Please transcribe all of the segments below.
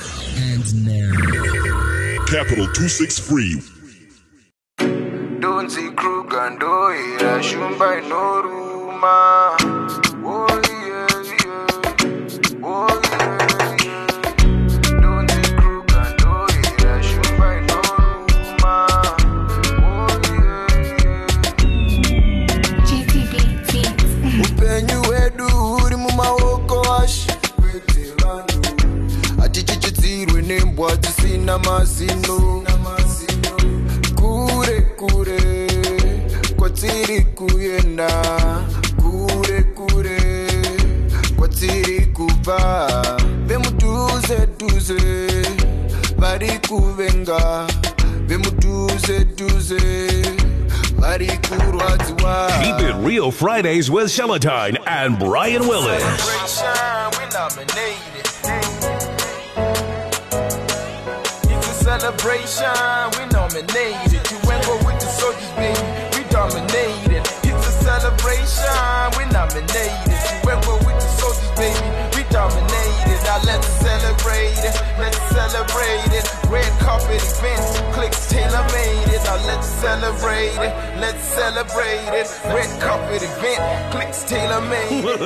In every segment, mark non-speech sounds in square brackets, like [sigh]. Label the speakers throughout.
Speaker 1: begins now.
Speaker 2: Capital 263.
Speaker 3: Don't see Krug and do it. I shouldn't buy no rumor. Oh, yeah, yeah. Oh, yeah, yeah. Don't see Krug and do it. I shouldn't buy no rumor. Oh, yeah, yeah. Upenyu wedu uri mumaoko ashe hatichichidzirwe nembwa dzisina mazino kure kure kwatiri kuenda kure kure kwatiri kubva vemudhuze dhuze vari kuvenga vemudhuze dhuze vari kurwadziwa
Speaker 4: Keep it real Fridays with Celatine and Brian Willis.
Speaker 3: Celebration, we nominated. It's a celebration, we nominated. You ain't go with the soldiers, baby. We dominated. It's a celebration, we nominated. You ain't go with the soldiers, baby. We dominated. Now let's celebrate it. Let's celebrate it. Red carpet events, clicks tailor made it. Now let's celebrate it. Let's celebrate it. Red carpet event, clicks tailor made it.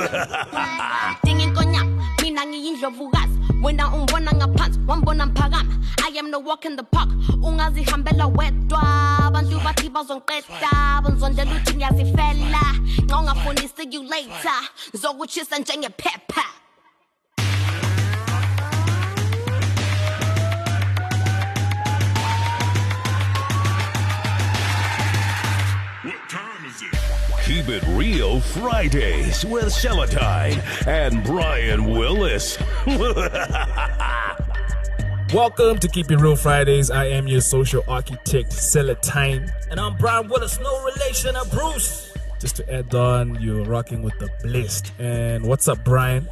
Speaker 5: Dinga inkonyama mina ngiyindlovukazi wena ungibona ngaphansi wambona ngiphakama i am no walk in the park ungazihambela wedwa abantu bathi bazongiqeda bonzondlela uthi ngiyazifela nxa ungafuni see you later zokutshisa njengephepha
Speaker 2: What time is it?
Speaker 4: Keep it real Fridays with Celatine and Brian Willis. [laughs]
Speaker 1: Welcome to Keep It Real Fridays. I am your social architect, Celatine.
Speaker 6: And I'm Brian Willis, no relation of Bruce.
Speaker 1: Just to add on, you're rocking with the Blist. And what's up, Brian?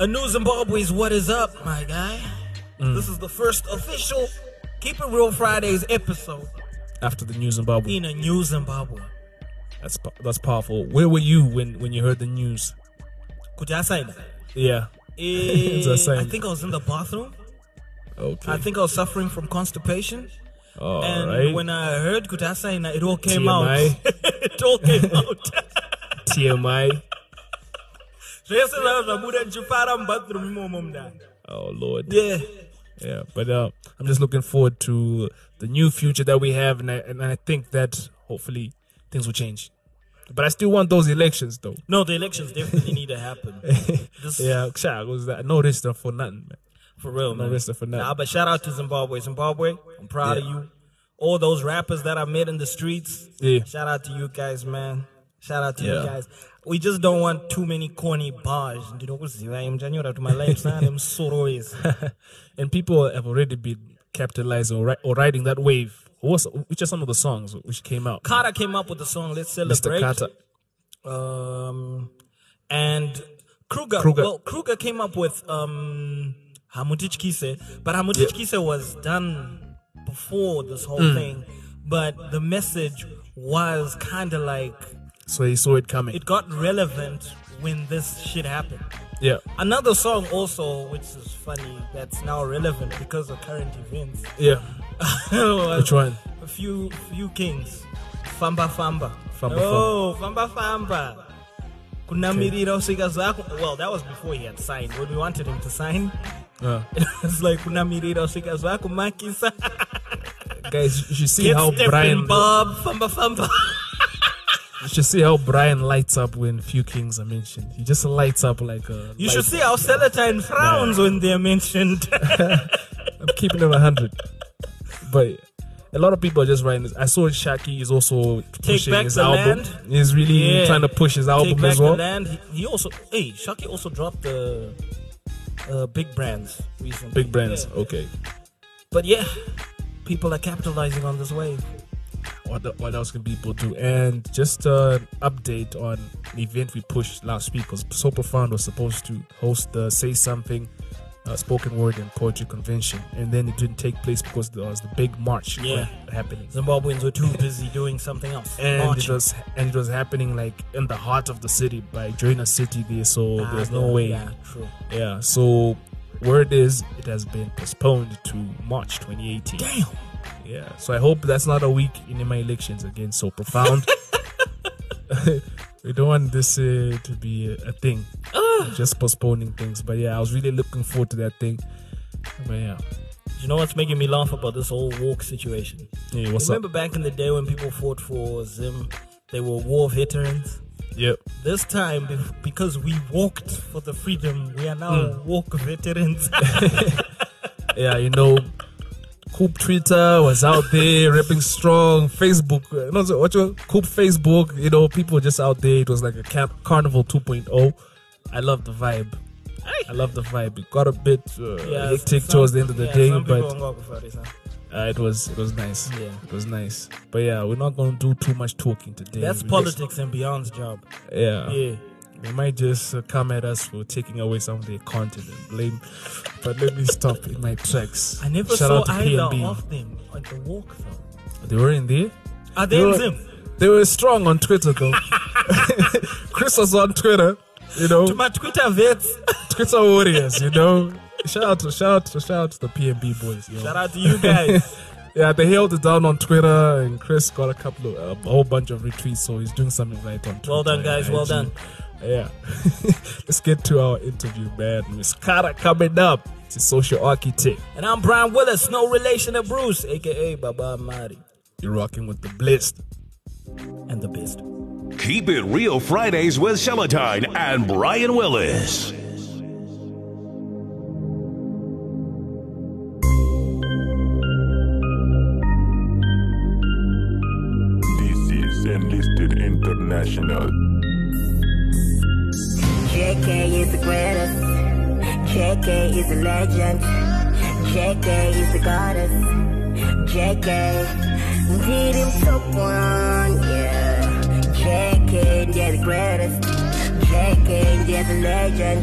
Speaker 6: A new Zimbabwe's what is up, my guy.
Speaker 1: Mm.
Speaker 6: This is the first official Keep It Real Fridays episode
Speaker 1: After the news in Zimbabwe,
Speaker 6: in a new Zimbabwe.
Speaker 1: that's po- that's powerful. Where were you when when you heard the news?
Speaker 6: Could you say that?
Speaker 1: [laughs] Yeah. It's the
Speaker 6: Eh, I
Speaker 1: same.
Speaker 6: think I was in the bathroom.
Speaker 1: Okay.
Speaker 6: I think I was suffering from constipation.
Speaker 1: All
Speaker 6: and
Speaker 1: right.
Speaker 6: when I heard Kutasaina, it all came
Speaker 1: TMI.
Speaker 6: out. [laughs] it all came out. [laughs]
Speaker 1: TMI.
Speaker 6: Zvese zvazvabuda ndichifara mubathroom
Speaker 1: [laughs]
Speaker 6: imomo mndani.
Speaker 1: Oh Lord.
Speaker 6: Yeah.
Speaker 1: Yeah, but uh, I'm just looking forward to the new future that we have, and I, and I think that hopefully things will change. But I still want those elections, though. [laughs]
Speaker 6: No, the elections definitely need to happen. This,
Speaker 1: Yeah, Ksha, was that no rest for nothing, man.
Speaker 6: For real, man.
Speaker 1: rest for nothing.
Speaker 6: Nah, but shout out to Zimbabwe. Zimbabwe, I'm proud
Speaker 1: Yeah.
Speaker 6: of you. All those rappers that I met in the streets.
Speaker 1: Yeah.
Speaker 6: Shout out to you guys, man. Shout out to
Speaker 1: Yeah.
Speaker 6: you guys. We just don't want too many corny bars. Ndinokuziva imdzvanyora kuti my life's not in [laughs] sorrow is.
Speaker 1: [laughs] And people have already been capitalizing or, ri- or riding that wave. What's, which are some of the songs which came out?
Speaker 6: Carter came up with the song Let's
Speaker 1: Mr.
Speaker 6: Celebrate.
Speaker 1: Carter.
Speaker 6: Um, and Kruger,
Speaker 1: Kruger.
Speaker 6: Well, Kruger came up with um, Hamutichkise, but Hamutichkise was done before this whole
Speaker 1: Mm.
Speaker 6: thing. But the message was kind of like
Speaker 1: So he saw it coming.
Speaker 6: it got relevant when this shit happened.
Speaker 1: yeah,
Speaker 6: Another song also, which is funny, that's now relevant because of current events. [laughs]
Speaker 1: yeah. Which one?
Speaker 6: A few, few kings. Famba Famba.
Speaker 1: Famba
Speaker 6: oh, Famba Famba. Kunamirira usika zako. Well, that was before he had signed. When we wanted him to sign, [laughs]
Speaker 1: Uh,
Speaker 6: it was like Kunamirira usika zako makisa.
Speaker 1: guys, you should see
Speaker 6: Get
Speaker 1: how
Speaker 6: stepping,
Speaker 1: Brian.
Speaker 6: Bob. Famba Famba.
Speaker 1: You should see how Brian lights up when few kings are mentioned. He just lights up like a.
Speaker 6: You
Speaker 1: light
Speaker 6: should see how Celatine frowns when they're mentioned. [laughs]
Speaker 1: I'm keeping it 100. But a lot of people are just writing this. I saw Shaki is also pushing
Speaker 6: Back
Speaker 1: his
Speaker 6: the
Speaker 1: album.
Speaker 6: Land.
Speaker 1: He's really
Speaker 6: Yeah.
Speaker 1: trying to push his album
Speaker 6: Take back
Speaker 1: as well.
Speaker 6: the land. He, he also, hey, Shaki also dropped the uh, big brands recently.
Speaker 1: Big brands. Okay.
Speaker 6: But yeah, people are capitalizing on this wave.
Speaker 1: What, the, what else can people do? And just an update on the event we pushed last week because So Profound was supposed to host the Say Something uh, spoken word and poetry convention. And then it didn't take place because there was the big march
Speaker 6: Yeah.
Speaker 1: happening.
Speaker 6: Zimbabweans were too busy doing something else.
Speaker 1: and
Speaker 6: Marching.
Speaker 1: it was and it was happening like in the heart of the city by join a city there so
Speaker 6: Ah,
Speaker 1: there's
Speaker 6: yeah,
Speaker 1: no way
Speaker 6: Yeah, true.
Speaker 1: Yeah, so Word is it has been postponed to March 2018.
Speaker 6: Damn.
Speaker 1: Yeah. So I hope that's not a week in my elections again so
Speaker 6: [laughs]
Speaker 1: profound. [laughs] we don't want this uh, to be a, a thing. Just postponing things. But yeah, I was really looking forward to that thing. But yeah.
Speaker 6: You know what's making me laugh about this whole walk situation?
Speaker 1: Yeah, what's
Speaker 6: Remember
Speaker 1: up?
Speaker 6: back in the day when people fought for Zim, they were war veterans?
Speaker 1: Yep.
Speaker 6: This time, bef- because we walked for the freedom, we are now
Speaker 1: Hmm.
Speaker 6: walk
Speaker 1: [laughs]
Speaker 6: veterans.
Speaker 1: yeah, you know, Coop Twitter was out there [laughs] ripping strong. Facebook, uh, no, so what you Coop Facebook, you know, people were just out there. It was like a camp, Carnival 2.0. I love the vibe. I love the vibe. It got a bit uh, hectic
Speaker 6: some-
Speaker 1: towards the end of the
Speaker 6: yeah,
Speaker 1: day,
Speaker 6: some people
Speaker 1: but
Speaker 6: won't go for this, huh?
Speaker 1: uh, it was it was nice.
Speaker 6: Yeah.
Speaker 1: it was nice. But yeah, we're not gonna do too much talking today.
Speaker 6: that's
Speaker 1: We just-
Speaker 6: politics and beyond's job.
Speaker 1: yeah,
Speaker 6: Yeah.
Speaker 1: They might just uh, come at us for taking away some of their content and blame. But let me stop in my tracks.
Speaker 6: I never
Speaker 1: Shout
Speaker 6: saw
Speaker 1: out to
Speaker 6: either
Speaker 1: PNB.
Speaker 6: of them on the walk though.
Speaker 1: They were in there.
Speaker 6: Are they
Speaker 1: They
Speaker 6: in
Speaker 1: were-
Speaker 6: Zim?
Speaker 1: They were strong on Twitter though.
Speaker 6: [laughs]
Speaker 1: [laughs] Chris was on Twitter, you know.
Speaker 6: To my Twitter vets, [laughs]
Speaker 1: [laughs] Twitter warriors, you know. Shout out to shout out to shout out to the PNB boys. You know?
Speaker 6: shout out to you guys.
Speaker 1: [laughs] Yeah, they held it down on Twitter, and Chris got a couple of a whole bunch of retweets, so he's doing something right on Twitter.
Speaker 6: Well done,
Speaker 1: and
Speaker 6: guys, well
Speaker 1: IG.
Speaker 6: done.
Speaker 1: Yeah. [laughs] Let's get to our interview, man. Miss Kara coming up. It's a social architect.
Speaker 6: and I'm Brian Willis, no relation to Bruce, aka Baba Mari,
Speaker 1: You're rocking with the Blitz.
Speaker 6: and the best.
Speaker 4: Keep it real Fridays with Celatine and Brian Willis.
Speaker 7: This is Enlisted International.
Speaker 8: JK is the greatest. JK is a legend. JK is the goddess. JK did him so one, yeah. JK, they're the greatest. JK, they're the legend.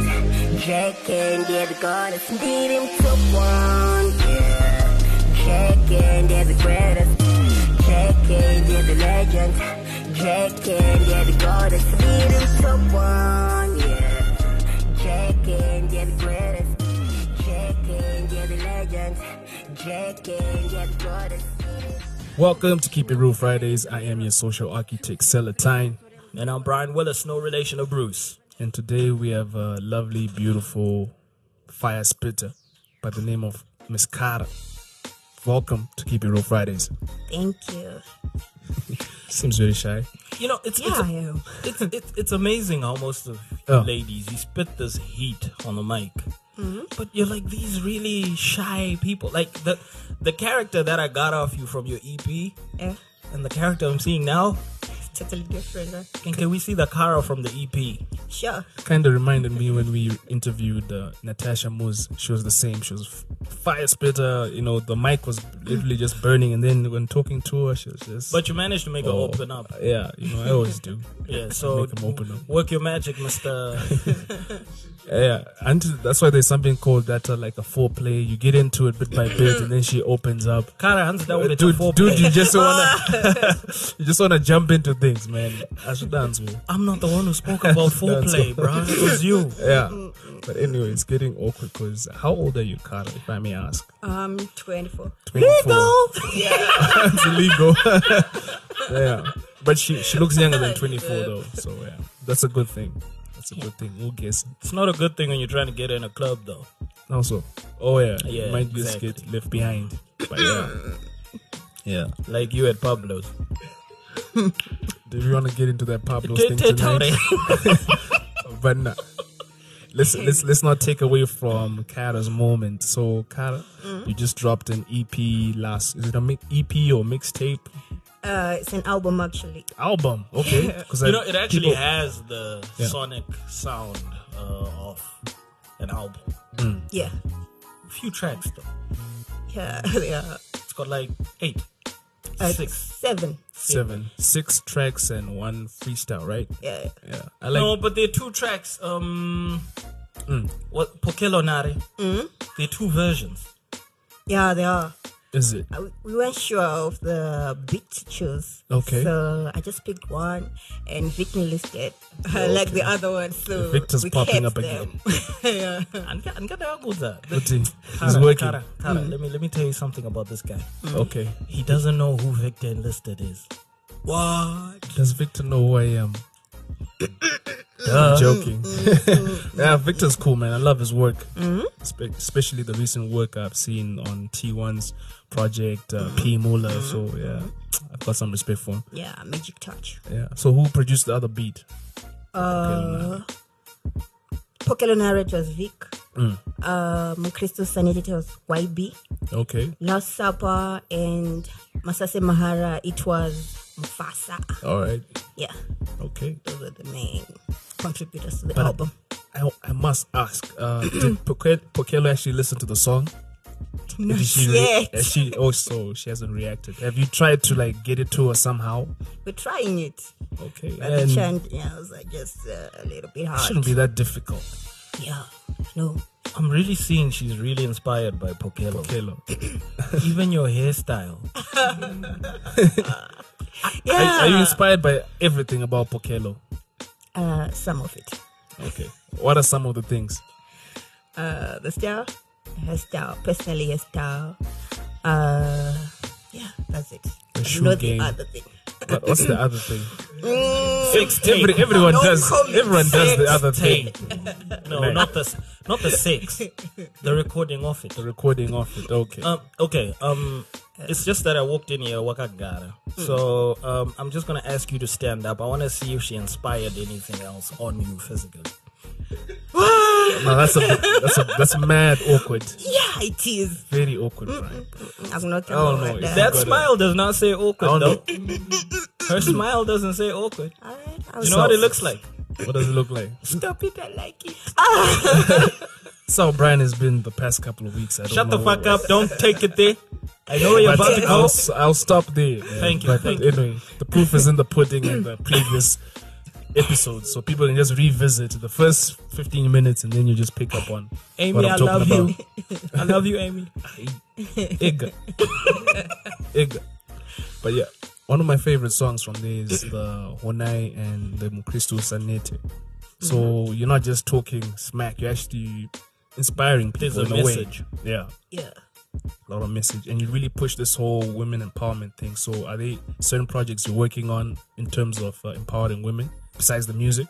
Speaker 8: JK, they're the goddess. Did him so one, yeah. JK, they're the greatest. JK, they're the legend. JK, they're the goddess. Did him so one, yeah. Jack and they're the greatest. Jack and they're the legends. Jack and they're the goddess.
Speaker 1: Welcome to Keep It Real Fridays. I am your social architect, Celatine.
Speaker 6: And I'm Brian Willis, no relation to Bruce.
Speaker 1: And today we have a lovely, beautiful fire spitter by the name of Miss Kara. Welcome to Keep It Real Fridays.
Speaker 8: Thank you.
Speaker 1: Seems very shy.
Speaker 6: You know, it's it's,
Speaker 8: Yeah, I am.
Speaker 6: it's it's it's amazing how most of
Speaker 1: Oh.
Speaker 6: ladies you spit this heat on the mic,
Speaker 8: Mm-hmm.
Speaker 6: but you're like these really shy people. Like the the character that I got off you from your EP,
Speaker 8: Yeah,
Speaker 6: and the character I'm seeing now.
Speaker 8: it's totally different. Huh?
Speaker 6: Can, can we see the Kara from the E EP?
Speaker 8: Sure.
Speaker 1: Kind of reminded me when we interviewed uh, Natasha Moose. She was the same. She was f- fire spitter. You know, the mic was literally just burning. And then when talking to her, she was just.
Speaker 6: But you managed to make her open up.
Speaker 1: Yeah, you know, Oh. [laughs] I always do.
Speaker 6: Yeah, so
Speaker 1: Make 'em open up.
Speaker 6: work your magic, Mister.
Speaker 1: Yeah, and that's why there's something called that, uh, like a foreplay. You get into it bit by bit, and then she opens up.
Speaker 6: Kara hands down with a
Speaker 1: Uh, dude,
Speaker 6: foreplay.
Speaker 1: dude, you just wanna,
Speaker 6: [laughs]
Speaker 1: [laughs] you just wanna jump into things, man. I should dance with.
Speaker 6: I'm not the one who
Speaker 1: [laughs]
Speaker 6: spoke about foreplay, bro. It was you.
Speaker 1: Yeah, but anyway, it's getting awkward because how old are you, Kara? If I may ask.
Speaker 8: I'm 24.
Speaker 1: 24. it's illegal. yeah, but she she looks younger than 24 though, so yeah, that's a good thing. That's a good thing. We'll guess.
Speaker 6: It's not a good thing when you're trying to get in a club, though.
Speaker 1: Also, oh yeah,
Speaker 6: Yeah,
Speaker 1: you might just
Speaker 6: exactly.
Speaker 1: get left behind. But yeah, yeah.
Speaker 6: Like you at Pablo's.
Speaker 1: Do you want to get into that Pablo thing tonight? [laughs]
Speaker 6: Totally.
Speaker 1: but nah.
Speaker 6: [laughs]
Speaker 1: Let's, let's let's not take away from Kara's moment. So Kara,
Speaker 6: Mm.
Speaker 1: you just dropped an EP last. Is it a mi- EP or mixtape
Speaker 8: Uh, it's an album actually.
Speaker 1: album? Okay,
Speaker 6: [laughs]
Speaker 1: because
Speaker 6: You know, it actually has the
Speaker 1: Yeah.
Speaker 6: sonic sound uh, of an album.
Speaker 8: Yeah,
Speaker 6: A few tracks, though.
Speaker 8: yeah, [laughs] yeah.
Speaker 6: It's got like eight,
Speaker 8: Uh,
Speaker 6: six.
Speaker 8: seven.
Speaker 1: seven, six tracks and one freestyle, right?
Speaker 8: Yeah,
Speaker 1: Yeah, I like. Mm.
Speaker 6: no, but there are two tracks. Um, what Pokelo Nare. There are two versions.
Speaker 8: yeah, they are.
Speaker 1: Is it?
Speaker 9: I- we weren't sure of the beat to choose.
Speaker 1: Okay.
Speaker 9: So I just picked one, and Vic listed [laughs] like the other one. So
Speaker 1: Victor's
Speaker 9: we
Speaker 1: popping
Speaker 9: kept
Speaker 1: up
Speaker 9: them.
Speaker 1: again.
Speaker 9: yeah.
Speaker 6: Anka- Anka Dagoza. [laughs]
Speaker 1: Uti, he's
Speaker 6: Kara,
Speaker 1: working. Mm.
Speaker 6: Kara, Mm. Kara, let me let me tell you something about this guy.
Speaker 1: Okay.
Speaker 6: He doesn't know who Victor Enlisted is. What?
Speaker 1: Does Victor know who I am? I'm joking. [laughs] yeah, Victor's cool, man. I love his work, Spe- especially the recent work I've seen on T1's project, uh, P. Muller. So, yeah, I've got some respect for him.
Speaker 9: yeah, magic touch.
Speaker 1: Yeah. So, who produced the other beat?
Speaker 9: Uh, Pokelonare, it was Vic.
Speaker 1: Mm.
Speaker 9: Uh, Mukristo Sanity, it was YB.
Speaker 1: Okay.
Speaker 9: Last Supper and Masase Mahara, it was Mufasa.
Speaker 1: All right.
Speaker 9: Yeah,
Speaker 1: Okay.
Speaker 9: those were the main contributors to the
Speaker 1: But-
Speaker 9: album.
Speaker 1: I, I must ask, uh, did Poke- Pokelo actually listen to the song?
Speaker 9: Not
Speaker 1: Did she? Re-
Speaker 9: yet.
Speaker 1: uh, she also she hasn't reacted. Have you tried to like get it to her somehow?
Speaker 9: We're trying it.
Speaker 1: Okay,
Speaker 9: But the
Speaker 1: and
Speaker 9: chant yeah, was like just uh, a little bit hard.
Speaker 1: shouldn't be that difficult.
Speaker 9: Yeah, no.
Speaker 6: I'm really seeing she's really inspired by Pokelo.
Speaker 1: Pokelo,
Speaker 6: [coughs] Even your hairstyle.
Speaker 9: Yeah.
Speaker 1: are,
Speaker 6: Ah.
Speaker 1: are you inspired by everything about Pokelo?
Speaker 9: uh, some of it.
Speaker 1: Okay, what are some of the things?
Speaker 9: Uh, the style, her style, personally her style. Uh, yeah, that's it.
Speaker 1: The shoe
Speaker 9: Not
Speaker 1: game.
Speaker 9: the other thing.
Speaker 1: But what's the other
Speaker 6: [clears throat]
Speaker 1: thing?
Speaker 6: Sex tape.
Speaker 1: Every, everyone
Speaker 9: No
Speaker 1: does.
Speaker 9: comment.
Speaker 1: Everyone does the
Speaker 6: Sex
Speaker 1: other thing.
Speaker 6: tape. No, not the not the six. The recording of it.
Speaker 1: The recording of it. Okay.
Speaker 6: Um, okay. Um, it's just that I walked in here, wakagara.
Speaker 1: Hmm.
Speaker 6: So um, I'm just gonna ask you to stand up. I want to see if she inspired anything else on you physically.
Speaker 1: no, that's a bit, that's a, that's mad awkward.
Speaker 9: Yeah, it is.
Speaker 1: Very awkward,
Speaker 6: Mm.
Speaker 1: Brian.
Speaker 9: I'm not
Speaker 1: Oh, no,
Speaker 9: about
Speaker 1: it's
Speaker 9: that.
Speaker 6: That
Speaker 1: got it.
Speaker 6: smile does not say
Speaker 1: Oh,
Speaker 6: awkward
Speaker 1: no.
Speaker 6: though. Her smile doesn't say awkward.
Speaker 9: All right, I'll
Speaker 6: You know what
Speaker 9: stop.
Speaker 6: it looks like?
Speaker 1: What does it Ah! look like?
Speaker 9: Stop it, I like it.
Speaker 1: That's how Brian has been the past couple of weeks. I don't
Speaker 6: Shut the
Speaker 1: know
Speaker 6: fuck
Speaker 1: what-
Speaker 6: up. Don't take it there. I know where you're about
Speaker 1: But
Speaker 6: to
Speaker 1: I'll,
Speaker 6: go.
Speaker 1: s- I'll stop there. man.
Speaker 6: Thank you,
Speaker 1: But
Speaker 6: thank you.
Speaker 1: anyway, the proof is in the pudding in the previous episodes, so people can just revisit the first 15 minutes and then you just pick up on
Speaker 6: Amy,
Speaker 1: what
Speaker 6: I
Speaker 1: I'm talking
Speaker 6: love
Speaker 1: about.
Speaker 6: you. I love you, Amy.
Speaker 1: Igga. Igga. But yeah, one of my favorite songs from there is the Honai and the Mukristo Sanete. So
Speaker 6: Mm-hmm.
Speaker 1: you're not just talking smack, you're actually inspiring people
Speaker 6: There's a
Speaker 1: in a way.
Speaker 6: message.
Speaker 1: Yeah.
Speaker 9: [laughs] Yeah.
Speaker 1: a lot of message and you really push this whole women empowerment thing so are there certain projects you're working on in terms of uh, empowering women besides the music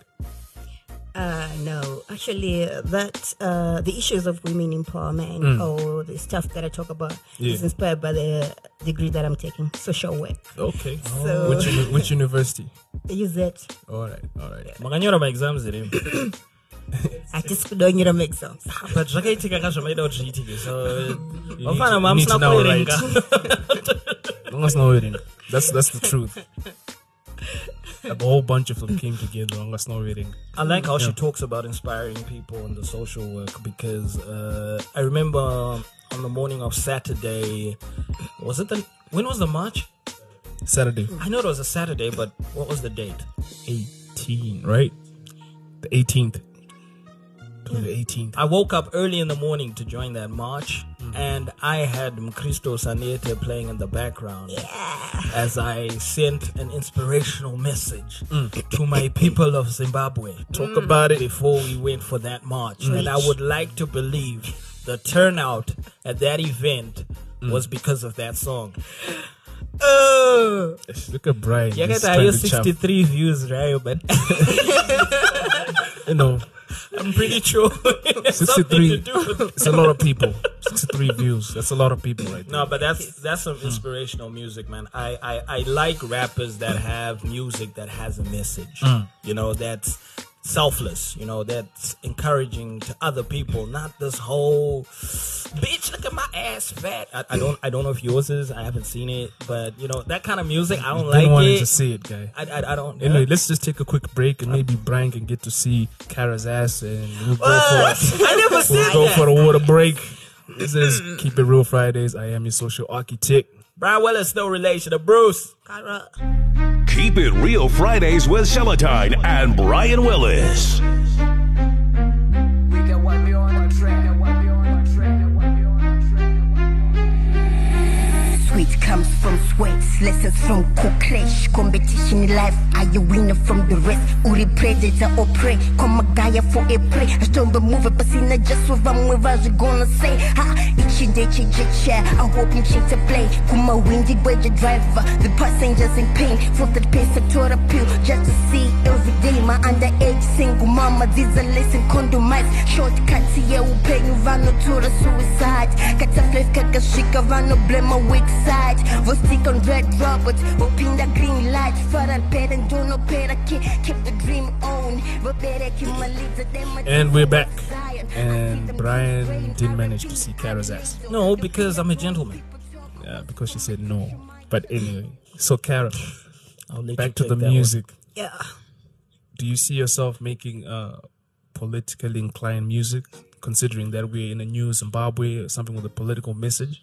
Speaker 9: Uh, no, actually, uh, that uh, the issues of women empowerment or the stuff that I talk about
Speaker 1: Mm. Yeah.
Speaker 9: is inspired by the degree that I'm taking, social work.
Speaker 1: [laughs] okay
Speaker 9: So-
Speaker 1: which, uni- which university
Speaker 9: I use that.
Speaker 1: all right all right
Speaker 6: Makanyora my exams ere.
Speaker 9: I just don't need to make
Speaker 1: [laughs]
Speaker 9: sense.
Speaker 6: But zvakaitika ka zvamaida kuti zviitike. E So
Speaker 1: need to-
Speaker 6: vafana
Speaker 1: you need to
Speaker 6: mamusina
Speaker 1: now write.
Speaker 6: kuerenga.
Speaker 1: [laughs] Let's not wait in. that's that's the truth a whole bunch of them came together on us not waiting
Speaker 6: I like how she
Speaker 1: Yeah.
Speaker 6: talks about inspiring people in the social work because uh, I remember on the morning of Saturday, was it the when was the march?
Speaker 1: saturday
Speaker 6: I know it was a Saturday, but what was the date?
Speaker 1: 18 right the 18th To the 18th
Speaker 6: I woke up early in the morning to join that march,
Speaker 1: Mm.
Speaker 6: and I had Mkristo Sanete playing in the background as I sent an inspirational message to my people of Zimbabwe.
Speaker 1: Mm.
Speaker 6: Mm.
Speaker 1: talk about it
Speaker 6: before we went for that march. And I would like to believe the turnout at that event
Speaker 1: Mm.
Speaker 6: was because of that song. Oh,
Speaker 1: look at brian
Speaker 6: yeah,
Speaker 1: he's
Speaker 6: I
Speaker 1: Uh, trying
Speaker 6: have
Speaker 1: to chap.
Speaker 6: 63 views, right? But
Speaker 1: you know
Speaker 6: [laughs] I'm pretty sure
Speaker 1: [laughs]
Speaker 6: it's something to
Speaker 1: 63.
Speaker 6: do with
Speaker 1: It's a lot of people. 63 views. That's a lot of people right
Speaker 6: No,
Speaker 1: now.
Speaker 6: but that's that's some inspirational music, man. I, I, I like rappers that have music that has a message.
Speaker 1: Mm.
Speaker 6: You know, that's selfless. You know, that's encouraging to other people. Not this whole bitch. Look at my ass fat. I, I don't I don't know if yours is. I haven't seen it, but you know that kind of music. I don't
Speaker 1: Been
Speaker 6: like
Speaker 1: wanting
Speaker 6: it.
Speaker 1: to see it, guy.
Speaker 6: I, I I don't.
Speaker 1: Anyway, let's just take a quick break and maybe Brian can get to see Kara's ass and we'll go for,
Speaker 9: I
Speaker 6: [laughs]
Speaker 9: never
Speaker 1: [laughs] we'll
Speaker 9: said
Speaker 1: go
Speaker 9: that.
Speaker 1: for a water break. This is Keep It Real Fridays. I am your social architect.
Speaker 6: Brian Willis no relation to Bruce.
Speaker 9: Cara.
Speaker 4: Keep It Real Fridays with Celatine and Brian Willis.
Speaker 8: lessons from Clash Competition in life, are you winner from the rest? Uri predator or prey, come a guy for a prey. I don't remove it, but see, not just what I'm with, I was gonna say. Ha, itchy, ditchy, jitchy, I hope you check to play. Kuma windy, but the driver, the passengers in pain. For the pace, I tore a pill just to see every day. My underage single mama, these are listen condomized. Shortcuts, yeah, we pay you, run to the suicide. Cut a flake, cut a shika, run no blame my weak side. We'll stick on red robots, open the green light. Far and pet and do no pet, I keep, keep the dream on. But better keep my leads, them my
Speaker 1: And we're back. And Brian didn't manage to see Kara's ass
Speaker 6: No, because I'm a gentleman.
Speaker 1: uh, because she said no. But anyway, so Kara,
Speaker 6: I'll let you
Speaker 1: back to
Speaker 6: take
Speaker 1: the
Speaker 6: that one.
Speaker 1: music.
Speaker 6: Yeah.
Speaker 1: Do you see yourself making uh, politically inclined music, considering that we're in a new Zimbabwe or something with a political message?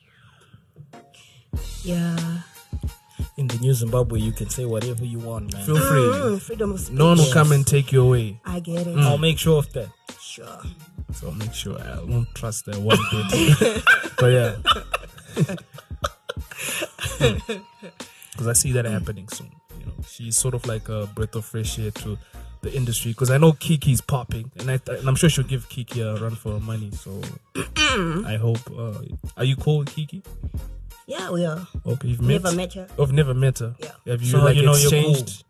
Speaker 9: Yeah.
Speaker 6: In the new Zimbabwe, you can say whatever you want, man.
Speaker 1: Feel free.
Speaker 9: Mm, freedom of speech.
Speaker 1: No one will come Mm. and take you away. Hmm.
Speaker 9: I get it.
Speaker 6: I'll make sure of that.
Speaker 9: Sure.
Speaker 1: So make sure I won't trust that one bit. [laughs] but yeah. Because Hmm. I see that happening soon. You know, she's sort of like a breath of fresh air to the industry. Because I know Kiki's popping, and, I, and I'm sure she'll give Kiki a run for her money.
Speaker 9: [clears throat]
Speaker 1: So I hope. Uh, are you cool with Kiki?
Speaker 9: Yeah, we are.
Speaker 1: Okay, you've met.
Speaker 9: Never met her.
Speaker 1: Oh, I've never met her.
Speaker 9: Yeah.
Speaker 1: Have you
Speaker 6: So
Speaker 1: like
Speaker 6: you know you're cool.
Speaker 1: exchanged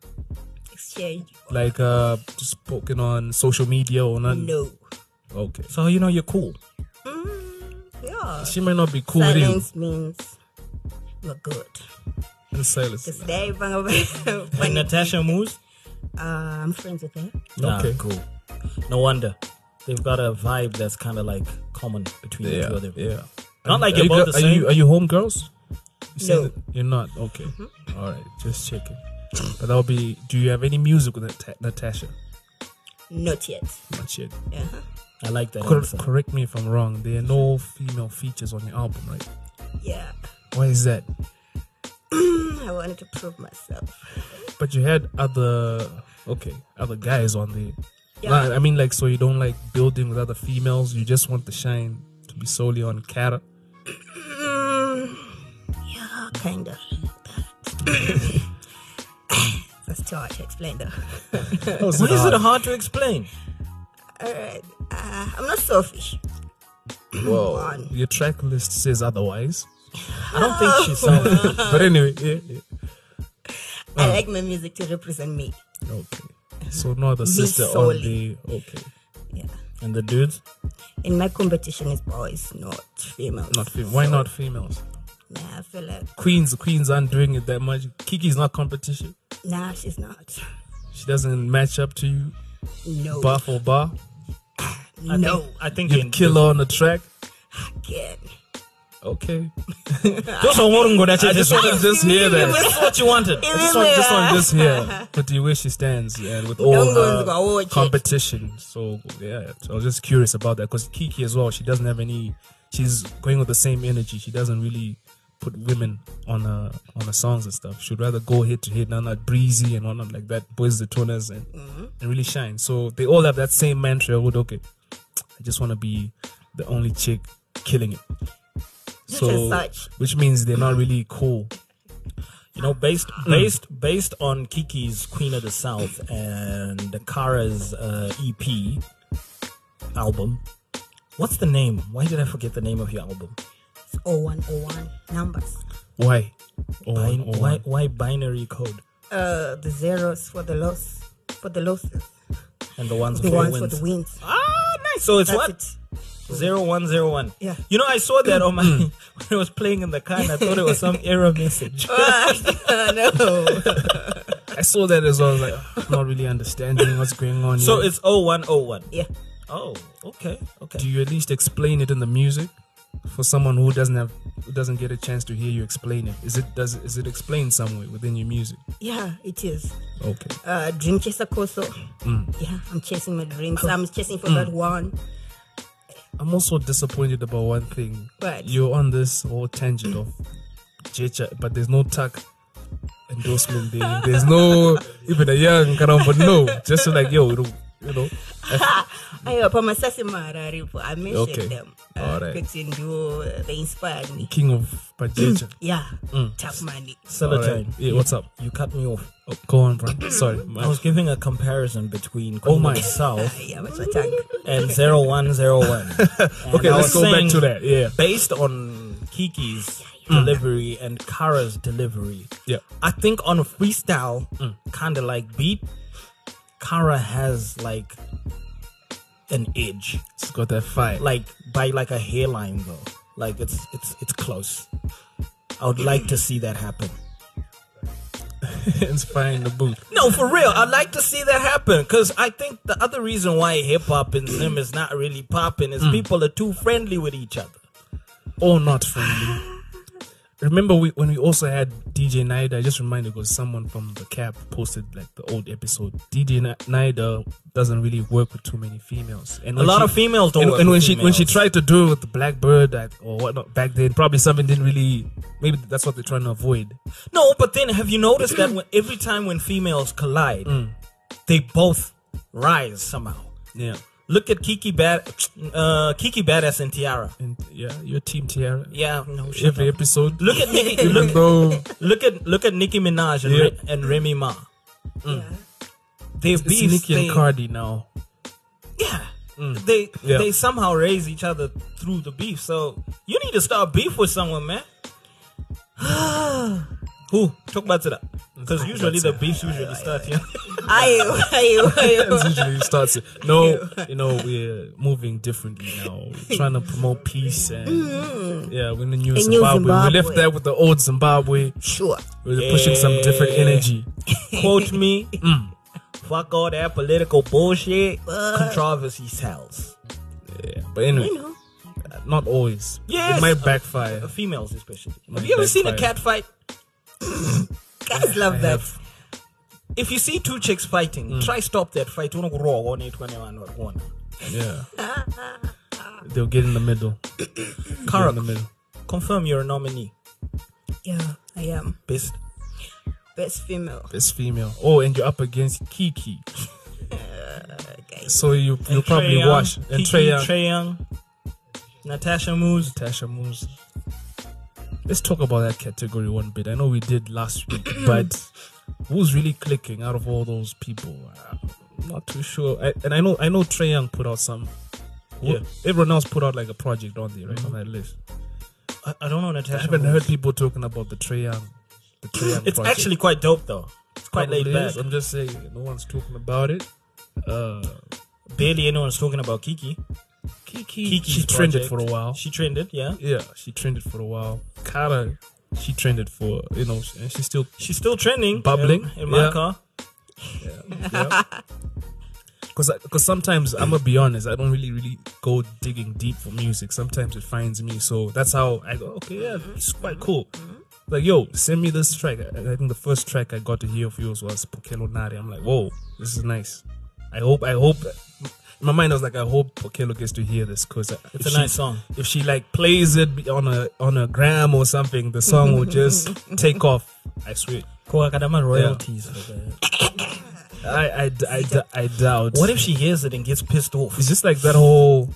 Speaker 9: Exchange.
Speaker 1: like uh just spoken on social media or not?
Speaker 9: Oh, No.
Speaker 1: Okay.
Speaker 6: So you know you're cool.
Speaker 9: Yeah.
Speaker 1: She might not be cool with
Speaker 9: Silence means we're good.
Speaker 1: you. And silence.
Speaker 9: Because [laughs] they bang over.
Speaker 6: Like Natasha Moose.
Speaker 9: Uh, I'm friends with her.
Speaker 6: Nah,
Speaker 1: Okay.
Speaker 6: cool. No wonder they've got a vibe that's kind of like common between the two
Speaker 1: Yeah,
Speaker 6: of them.
Speaker 1: yeah.
Speaker 6: Not
Speaker 1: Are-
Speaker 6: like
Speaker 1: are
Speaker 6: you're
Speaker 1: you,
Speaker 6: both
Speaker 1: gu-
Speaker 6: the
Speaker 1: are
Speaker 6: same.
Speaker 1: you are you home girls? You said
Speaker 9: No. Mm-hmm.
Speaker 1: that you're not. Okay, All right, just checking. But that'll be. Do you have any music with Nat- Natasha?
Speaker 9: Not yet.
Speaker 1: Not yet.
Speaker 9: Uh-huh.
Speaker 6: I like that.
Speaker 1: Cor-
Speaker 6: answer.
Speaker 1: correct me if I'm wrong. There are no female features on your album, right?
Speaker 9: Yeah. Mm,
Speaker 1: Why is that?
Speaker 9: I wanted to prove myself.
Speaker 1: But you had other okay, other guys on there.
Speaker 9: Yeah.
Speaker 1: Nah, I mean, like, so you don't like building with other females. You just want the shine to be solely on Kara.
Speaker 9: Mm, yeah, kind of. [laughs] That's too hard to explain, though.
Speaker 6: Why is it hard to explain?
Speaker 9: Alright. Uh, I'm not selfish.
Speaker 1: Whoa. Your track list says otherwise.
Speaker 6: I don't think she sounds.
Speaker 1: but anyway, yeah, yeah. Oh.
Speaker 9: I like my music to represent me.
Speaker 1: Okay. So no other sister on the
Speaker 9: solely.
Speaker 1: okay.
Speaker 9: Yeah.
Speaker 6: and the dudes.
Speaker 9: And my competition is boys, not females.
Speaker 1: Not fem- why not females?
Speaker 9: Nah, I feel like
Speaker 1: Queens queens aren't doing it that much. Kiki's not competition.
Speaker 9: nah, she's not.
Speaker 1: She doesn't match up to you
Speaker 9: No,
Speaker 1: bar for bar.
Speaker 6: I
Speaker 9: no,
Speaker 6: think, I think
Speaker 1: You'd kill her on the track.
Speaker 9: again.
Speaker 1: Okay.
Speaker 6: Just
Speaker 1: I just want to just hear that.
Speaker 6: That's what [laughs] you wanted.
Speaker 1: This one, this one, just
Speaker 9: [laughs]
Speaker 1: here. But the way she stands and with all
Speaker 9: Don't go and go
Speaker 1: her
Speaker 9: watch it.
Speaker 1: competition. So yeah, so I was just curious about that because Kiki as well. She doesn't have any. She's going with the same energy. She doesn't really put women on her on her songs and stuff. She'd rather go head to head, not like breezy and whatnot like that. Boys the toners and
Speaker 9: Mm-hmm.
Speaker 1: and really shine. So they all have that same mantra. Would okay. I just want to be the only chick killing it.
Speaker 9: Such
Speaker 1: So,
Speaker 9: and such.
Speaker 1: which means they're not really cool.
Speaker 6: You know, based based based on Kiki's Queen of the South and Kara's uh, EP album. What's the name? Why did I forget the name of your album?
Speaker 9: It's 0101 numbers.
Speaker 1: Why? Or
Speaker 6: Bin-
Speaker 1: one, or
Speaker 6: why,
Speaker 1: one.
Speaker 6: why binary code
Speaker 9: Uh, the zeros for the loss, for the losses,
Speaker 6: and the ones
Speaker 9: the
Speaker 6: for
Speaker 9: ones
Speaker 6: wins?
Speaker 9: for the wins.
Speaker 6: Ah, nice. So it's
Speaker 9: That's
Speaker 6: what
Speaker 9: it.
Speaker 6: zero one zero one.
Speaker 9: Yeah.
Speaker 6: You know, I saw that on my
Speaker 1: Mm.
Speaker 6: [laughs] when I was playing in the car, and I thought it was
Speaker 9: [laughs]
Speaker 6: some error message.
Speaker 9: no,
Speaker 1: I saw that as well. I was like, "Ugh, I'm not really understanding what's going on.
Speaker 6: [laughs] so
Speaker 1: here."
Speaker 6: it's oh one oh one.
Speaker 9: yeah,
Speaker 6: Oh, okay, okay.
Speaker 1: do you at least explain it in the music for someone who doesn't have who doesn't get a chance to hear you explain it? Is it does is it explained somewhere within your music?
Speaker 9: yeah, it is.
Speaker 1: Okay,
Speaker 9: Uh, dream chaser, Koso. Yeah, I'm chasing my dreams. I'm chasing for that one.
Speaker 1: I'm also disappointed about one thing.
Speaker 9: What?
Speaker 1: You're on this whole tangent of Jecha, but there's no tuck endorsement there. There's no even a young kind of but no, just so like yo, it'll you know.
Speaker 9: aiwa pamasasemara aripo i mentioned
Speaker 1: Okay.
Speaker 9: them Uh,
Speaker 1: All right.
Speaker 9: kuti ndiwo uh, they inspired me
Speaker 1: King of Pajeja.
Speaker 9: yeah tap money
Speaker 6: Celatine,
Speaker 1: Yeah, what's up?
Speaker 6: you cut me off.
Speaker 1: Oh, go on, bro. Sorry. my-
Speaker 6: I was giving a comparison between
Speaker 1: Oh
Speaker 6: Congo
Speaker 1: my.
Speaker 6: South
Speaker 9: yeah vachatanga
Speaker 6: and 0101. And
Speaker 1: [laughs] Okay,
Speaker 6: I
Speaker 1: let's
Speaker 6: was
Speaker 1: go back
Speaker 6: saying,
Speaker 1: to that. Yeah.
Speaker 6: Based on Kiki's delivery and Kara's delivery,
Speaker 1: Yeah. Mm.
Speaker 6: I think on a freestyle, kind of like beat, Kara has like an edge,
Speaker 1: It's got that fire. [laughs]
Speaker 6: like by like a hairline though. Like it's it's it's close. I would like to see that happen.
Speaker 1: inspiring the boot.
Speaker 6: No, for real. I'd like to see that happen because I think the other reason why hip hop and Zim is not really popping
Speaker 1: Hmm.
Speaker 6: is people are too friendly with each other.
Speaker 1: Or not friendly. Remember we, when we also had DJ Nida, I just reminded because someone from the cab posted like the old episode. DJ Ni- Nida doesn't really work with too many females. And
Speaker 6: A
Speaker 1: when
Speaker 6: lot
Speaker 1: she-
Speaker 6: of females don't.
Speaker 1: and,
Speaker 6: work
Speaker 1: and when
Speaker 6: with
Speaker 1: she when she
Speaker 6: females.
Speaker 1: tried to do it with the Blackbird like, or whatnot back then, probably something didn't really. Maybe that's what they're trying to avoid.
Speaker 6: no, but then have you noticed that when, every time when females collide,
Speaker 1: Hmm.
Speaker 6: they both rise somehow.
Speaker 1: Yeah,
Speaker 6: Look at Kiki Bad, uh, Kiki Badass and Tiara.
Speaker 1: and yeah, your team Tiara.
Speaker 6: Yeah, no shit.
Speaker 1: Every episode,
Speaker 6: Look at Nicki,
Speaker 1: [laughs] even
Speaker 6: look, [laughs]
Speaker 1: though
Speaker 6: look at look at Nicki Minaj and,
Speaker 1: Yeah.
Speaker 6: Re- and Remy Ma.
Speaker 9: yeah
Speaker 6: They've
Speaker 1: Hmm. it's Nicki and Cardi now.
Speaker 6: Yeah. They
Speaker 1: Mm. Yeah.
Speaker 6: they somehow raise each other through the beef. So you need to start beef with someone, man. [sighs] Who? Talk about it up. Because usually the beefs usually start here.
Speaker 9: aiwa aiwa
Speaker 1: That's
Speaker 9: aiwa
Speaker 1: usually starts.
Speaker 6: [laughs]
Speaker 1: it. No, you know we're moving differently now. We're trying to promote peace and
Speaker 6: Mm-hmm.
Speaker 1: yeah, we're in the new,
Speaker 9: new
Speaker 1: Zimbabwe. We left
Speaker 9: Zimbabwe.
Speaker 1: that with the old Zimbabwe.
Speaker 9: sure
Speaker 1: We're pushing some different
Speaker 6: Yeah.
Speaker 1: energy.
Speaker 6: Quote
Speaker 1: [laughs]
Speaker 6: me. Mm. Fuck all that political bullshit. Controversy sells.
Speaker 1: Yeah, but anyway,
Speaker 9: you know
Speaker 1: not always.
Speaker 6: Yes.
Speaker 1: it might backfire.
Speaker 6: Females especially.
Speaker 1: Might
Speaker 6: Have you ever seen a
Speaker 1: backfire.
Speaker 6: cat fight?
Speaker 9: guys love that
Speaker 6: If you see two chicks fighting, try stop that fight. Unokurohwa one eight one one one.
Speaker 1: Mm. Yeah, they'll get in the middle. Get in the
Speaker 6: Karak,
Speaker 1: middle.
Speaker 6: confirm you're a nominee.
Speaker 9: yeah i am
Speaker 6: Best
Speaker 9: best female
Speaker 1: It's female. Oh, and you're up against Kiki.
Speaker 9: guys
Speaker 1: So you you
Speaker 6: And Trae
Speaker 1: probably
Speaker 6: Young,
Speaker 1: watch and
Speaker 6: Uh, Kiki,
Speaker 1: Trey Young,
Speaker 6: Trae Young, Natasha Moose.
Speaker 1: Tasha moves. Let's talk about that category one bit. I know we did last
Speaker 6: [clears throat]
Speaker 1: week, but who's really clicking out of all those people? I'm not too sure. I, and I know I know Trey Young put out some. who-
Speaker 6: Yeah.
Speaker 1: Everyone else put out like a project, don't they? Right
Speaker 6: Mm-hmm.
Speaker 1: on that list.
Speaker 6: I, I don't know
Speaker 1: I
Speaker 6: Natasha.
Speaker 1: haven't
Speaker 6: Moose.
Speaker 1: heard people talking about the Trey Young. The Trey Young.
Speaker 6: It's
Speaker 1: project.
Speaker 6: actually quite dope though. It's quite
Speaker 1: Probably
Speaker 6: laid back.
Speaker 1: is. I'm just saying, no one's talking about it. Uh,
Speaker 6: Barely anyone's talking about Kiki.
Speaker 1: Kiki,
Speaker 6: Kiki's
Speaker 1: she trended
Speaker 6: project.
Speaker 1: for a while.
Speaker 6: She trended, yeah.
Speaker 1: yeah, she trended for a while. Kara, she trended for you know, and she's still
Speaker 6: She's still trending. um,
Speaker 1: Bubbling,
Speaker 6: in, in my
Speaker 1: yeah.
Speaker 6: car.
Speaker 1: because because sometimes I'm gonna be honest, I don't really really go digging deep for music. Sometimes it finds me, so that's how I go. Okay, yeah,
Speaker 6: Mm-hmm.
Speaker 1: it's quite cool. Like yo, send me this track. I, I think the first track I got to hear of yours was Pokelo Nari. I'm like, whoa, this is nice. I hope I hope. In my mind, I was like, I hope Pokelo gets to hear this because
Speaker 6: It's a nice song.
Speaker 1: If she like plays it on a on a gram or something, the song will
Speaker 6: [laughs]
Speaker 1: just take off. I swear.
Speaker 6: Koakadama royalties for that.
Speaker 1: I, I, I, I doubt.
Speaker 6: What if she hears it and gets pissed off?
Speaker 1: It's just like that whole,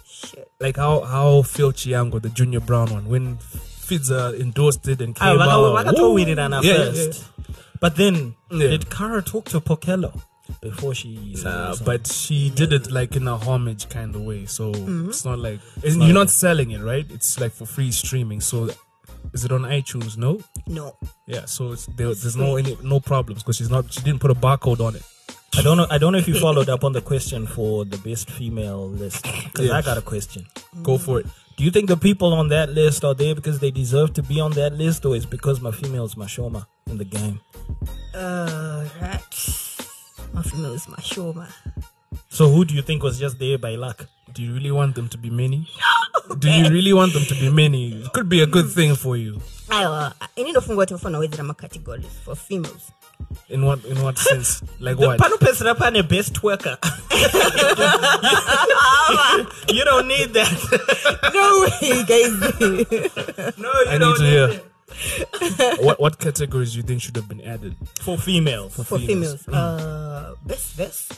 Speaker 1: like how how Phil Chiango, the Junior Brown one, when Fidza endorsed it and
Speaker 6: I,
Speaker 1: came
Speaker 6: Ah, like, I,
Speaker 1: out.
Speaker 6: like I told we did on our
Speaker 1: Yeah, yeah,
Speaker 6: first. But then
Speaker 1: Yeah.
Speaker 6: did Kara talk to Pokelo before she uh, sang
Speaker 1: Nah,
Speaker 6: the song?
Speaker 1: Uh, but she did it like in a homage kind of way, so
Speaker 6: Mm-hmm.
Speaker 1: it's not like and you're not selling it, right? It's like for free streaming. So is it on iTunes? No.
Speaker 9: no
Speaker 1: Yeah. So it's, there, there's no any no problems because she's not she didn't put a barcode on it.
Speaker 6: I don't know I don't know if you followed up on the question for the best female list. Because
Speaker 1: Yeah.
Speaker 6: I got a question.
Speaker 1: Go for it.
Speaker 6: Do you think the people on that list are there because they deserve to be on that list, or is because my female is my shoma in the game?
Speaker 9: uh right my female is my shoma
Speaker 6: So who do you think was just there by luck?
Speaker 1: Do you really want them to be
Speaker 6: [laughs]
Speaker 1: many? Do you really want them to be many? It could be a good thing for you.
Speaker 9: aiwa inindofungwa kuti vafana wedzera macategories for females
Speaker 1: In what in what sense? Like
Speaker 6: The
Speaker 1: what?
Speaker 6: Panopesra Pane best twerker. [laughs] you don't need
Speaker 1: [laughs]
Speaker 6: that.
Speaker 9: no way guys
Speaker 6: No, you
Speaker 1: I need
Speaker 6: don't
Speaker 1: to hear. what what categories you think should have been added?
Speaker 6: for females.
Speaker 9: for females. Uh, best verse,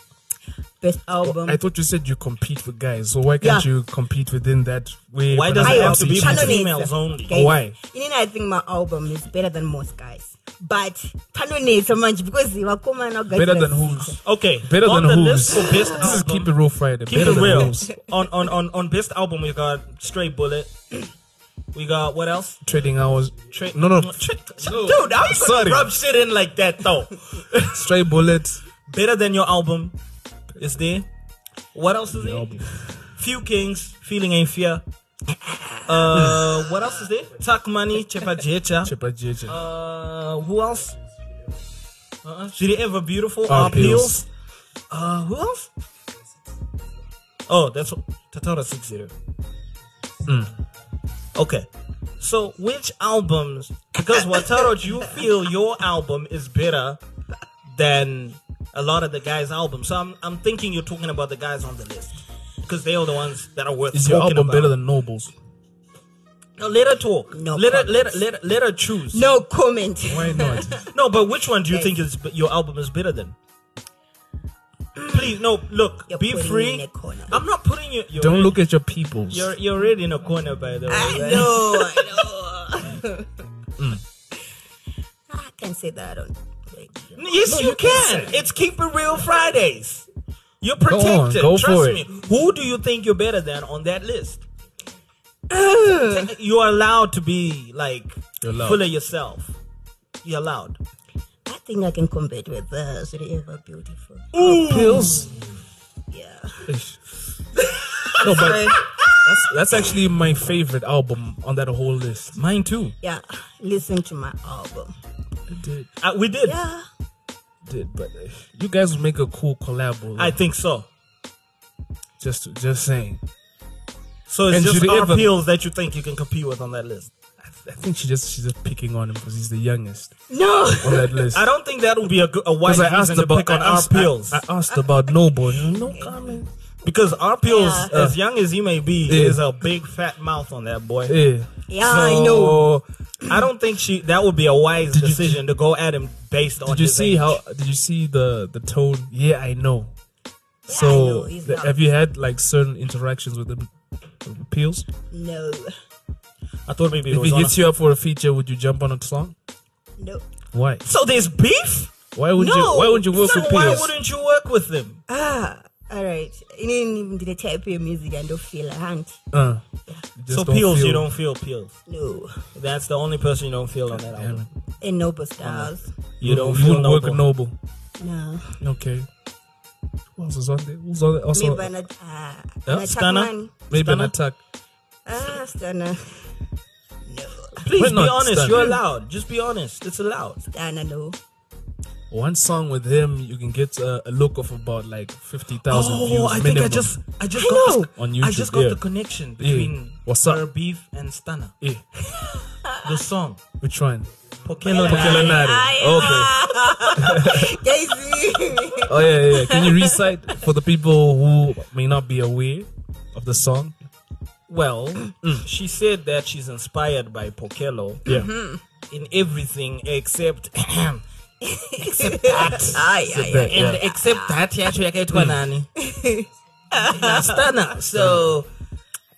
Speaker 9: best album.
Speaker 1: I thought you said you compete with guys, so why can't
Speaker 9: Yeah.
Speaker 1: you compete within that way?
Speaker 6: Why
Speaker 1: for
Speaker 6: does
Speaker 1: another
Speaker 6: it have to
Speaker 1: competition?
Speaker 6: be for
Speaker 9: Canonades.
Speaker 6: females only?
Speaker 9: Okay.
Speaker 1: oh, Why?
Speaker 9: You know, I think my album is better than most guys. But Canonades so much because they were common.
Speaker 1: Better than who's?
Speaker 6: Okay,
Speaker 1: Better
Speaker 6: on
Speaker 1: than
Speaker 6: the
Speaker 1: who's?
Speaker 6: list for best
Speaker 1: This is
Speaker 6: album-
Speaker 1: keep it real Friday.
Speaker 6: Keep
Speaker 1: better
Speaker 6: it
Speaker 1: than
Speaker 6: real.
Speaker 1: who's?
Speaker 6: [laughs] On, on on on best album, we got Straight Bullet. [clears throat] We got what else?
Speaker 1: Trading hours.
Speaker 6: Tra-
Speaker 1: no, no.
Speaker 6: Tra- dude,
Speaker 1: Sorry.
Speaker 6: I'm sorry. Rub shit in like that though.
Speaker 1: Straight bullet.
Speaker 6: Better than your album is there. What else is there?
Speaker 1: album.
Speaker 6: Few Kings, Feeling Ain't Fear. Uh, what else is there? Tuck Money, Chepa Jecha.
Speaker 1: Chepa JJ.
Speaker 6: Uh, who else? Uh, Did it ever beautiful?
Speaker 1: Our
Speaker 6: Our
Speaker 1: Pills.
Speaker 6: Pills. Uh, who else? Oh, that's Tatara Six Zero. Hmm. Okay, so which albums? Because Wataru, do you feel your album is better than a lot of the guys' albums? So I'm, I'm thinking you're talking about the guys on the list because they are the ones that are worth.
Speaker 1: is your
Speaker 6: talking
Speaker 1: album
Speaker 6: about.
Speaker 1: better than Nobles?
Speaker 6: No, let her talk.
Speaker 9: No
Speaker 6: let her, let
Speaker 9: comments.
Speaker 6: her, let her, let her choose.
Speaker 9: No comment.
Speaker 1: Why not?
Speaker 6: No, but which one do you
Speaker 9: Yes.
Speaker 6: think is your album is better than? Please, no. Look,
Speaker 9: You're
Speaker 6: be
Speaker 9: putting me
Speaker 6: free.
Speaker 9: in a corner.
Speaker 6: I'm not putting you. You're
Speaker 1: Don't
Speaker 6: already-
Speaker 1: look at your peoples.
Speaker 6: You're you're already in a corner, by the way.
Speaker 9: [laughs] I
Speaker 6: right?
Speaker 9: know. I
Speaker 1: [laughs]
Speaker 9: know.
Speaker 1: Mm.
Speaker 9: I can't say that on radio.
Speaker 6: Yes,
Speaker 9: No,
Speaker 6: you,
Speaker 9: you
Speaker 6: can. It's Keep It Real Fridays. You're
Speaker 1: on,
Speaker 6: protected.
Speaker 1: go
Speaker 6: Trust
Speaker 1: for it.
Speaker 6: me. Who do you think you're better than on that list? you are allowed to be like
Speaker 1: You're allowed.
Speaker 6: full of yourself. You're allowed.
Speaker 9: I think I can compete with this. It is ever beautiful.
Speaker 1: Pills.
Speaker 9: Yeah.
Speaker 6: [laughs]
Speaker 1: No, but that's that's actually my favorite album on that whole list.
Speaker 6: Mine too.
Speaker 9: Yeah. Listen to my album. Ah.
Speaker 1: Did,
Speaker 6: Uh, we did.
Speaker 9: Yeah.
Speaker 1: did, but uh, you guys would make a cool collab.
Speaker 6: I
Speaker 1: I
Speaker 6: think so.
Speaker 1: just just saying.
Speaker 6: So it's
Speaker 1: And
Speaker 6: just
Speaker 1: should
Speaker 6: our
Speaker 1: ever-
Speaker 6: pills that you think you can compete with on that list.
Speaker 1: I think she just she's just picking on him because he's the youngest
Speaker 9: No. [laughs]
Speaker 1: on
Speaker 6: [laughs]
Speaker 1: that list.
Speaker 6: I don't think that would be a, good, a wise
Speaker 1: Because I
Speaker 6: reason
Speaker 1: asked
Speaker 6: to
Speaker 1: about
Speaker 6: pick on
Speaker 1: I
Speaker 6: our
Speaker 1: asked- I-
Speaker 6: pills
Speaker 1: I, asked about Noble. No
Speaker 6: [laughs]
Speaker 1: comment.
Speaker 6: because our pills,
Speaker 9: Yeah.
Speaker 6: as young as he may be,
Speaker 1: Yeah.
Speaker 6: is a big fat mouth on that boy.
Speaker 1: Yeah.
Speaker 9: Yeah, I know.
Speaker 6: I don't think she that would be a wise
Speaker 1: you-
Speaker 6: decision to go at him based on.
Speaker 1: Did you
Speaker 6: his
Speaker 1: see
Speaker 6: age.
Speaker 1: how? Did you see the the tone? Yeah, I know. so
Speaker 9: know, he's
Speaker 1: th-
Speaker 9: not-
Speaker 1: have you had like certain interactions with the Pills?
Speaker 9: No.
Speaker 6: I thought maybe it
Speaker 1: If
Speaker 6: was
Speaker 1: he
Speaker 6: on
Speaker 1: hits you up for a feature, would you jump on a song?
Speaker 9: No.
Speaker 1: Why?
Speaker 6: a- so there's beef.
Speaker 1: Why would
Speaker 6: no,
Speaker 1: you? Why would you work
Speaker 6: so
Speaker 1: with
Speaker 6: Why
Speaker 1: Pills?
Speaker 6: wouldn't you work with them?
Speaker 9: Ah. All right. You didn't even do the type of music I don't feel I hunt.
Speaker 1: Uh, you just
Speaker 6: so
Speaker 1: don't
Speaker 6: pills,
Speaker 1: feel-
Speaker 6: you don't feel pills.
Speaker 9: No.
Speaker 6: That's the only person you don't feel on that album.
Speaker 9: And Noble Styles.
Speaker 6: You don't
Speaker 1: You
Speaker 6: feel
Speaker 1: wouldn't
Speaker 6: no.
Speaker 1: work with Noble.
Speaker 9: No.
Speaker 1: Okay. Who else is on there? Who's on there?
Speaker 9: Me
Speaker 1: Also,
Speaker 9: by not, uh,
Speaker 1: Huh?
Speaker 9: not
Speaker 6: Stunner?
Speaker 9: Chapman.
Speaker 1: maybe an
Speaker 6: Stunner?
Speaker 1: attack.
Speaker 9: Ah, Stunner. No.
Speaker 6: Please
Speaker 1: We're
Speaker 6: be
Speaker 1: not
Speaker 6: honest.
Speaker 1: stunned.
Speaker 6: You're allowed. Just be honest. It's allowed.
Speaker 9: Stunner, no.
Speaker 1: One song with him, you can get a, a look of about like fifty thousand views
Speaker 6: Oh, I
Speaker 1: minimum.
Speaker 6: think I just I just
Speaker 9: I
Speaker 6: got
Speaker 9: know.
Speaker 6: this-
Speaker 1: On
Speaker 6: I
Speaker 1: YouTube,
Speaker 6: just got
Speaker 1: yeah.
Speaker 6: the connection between
Speaker 1: What's up?
Speaker 6: her beef and Stunner.
Speaker 1: Yeah.
Speaker 6: The song
Speaker 1: Eh, Which one?
Speaker 6: Pokemon.
Speaker 1: Kelly Nari. Okay.
Speaker 9: Jay-Z. [laughs]
Speaker 1: Oh yeah, yeah, yeah. Can you recite for the people who may not be aware of the song?
Speaker 6: Well, [clears throat] she said that she's inspired by Pokelo
Speaker 1: Yeah.
Speaker 6: in everything except [clears throat]
Speaker 1: [laughs]
Speaker 6: except that.
Speaker 9: Ay, ay, ay.
Speaker 6: and except that yacho yakaitwa [laughs] nani Na Stunner. So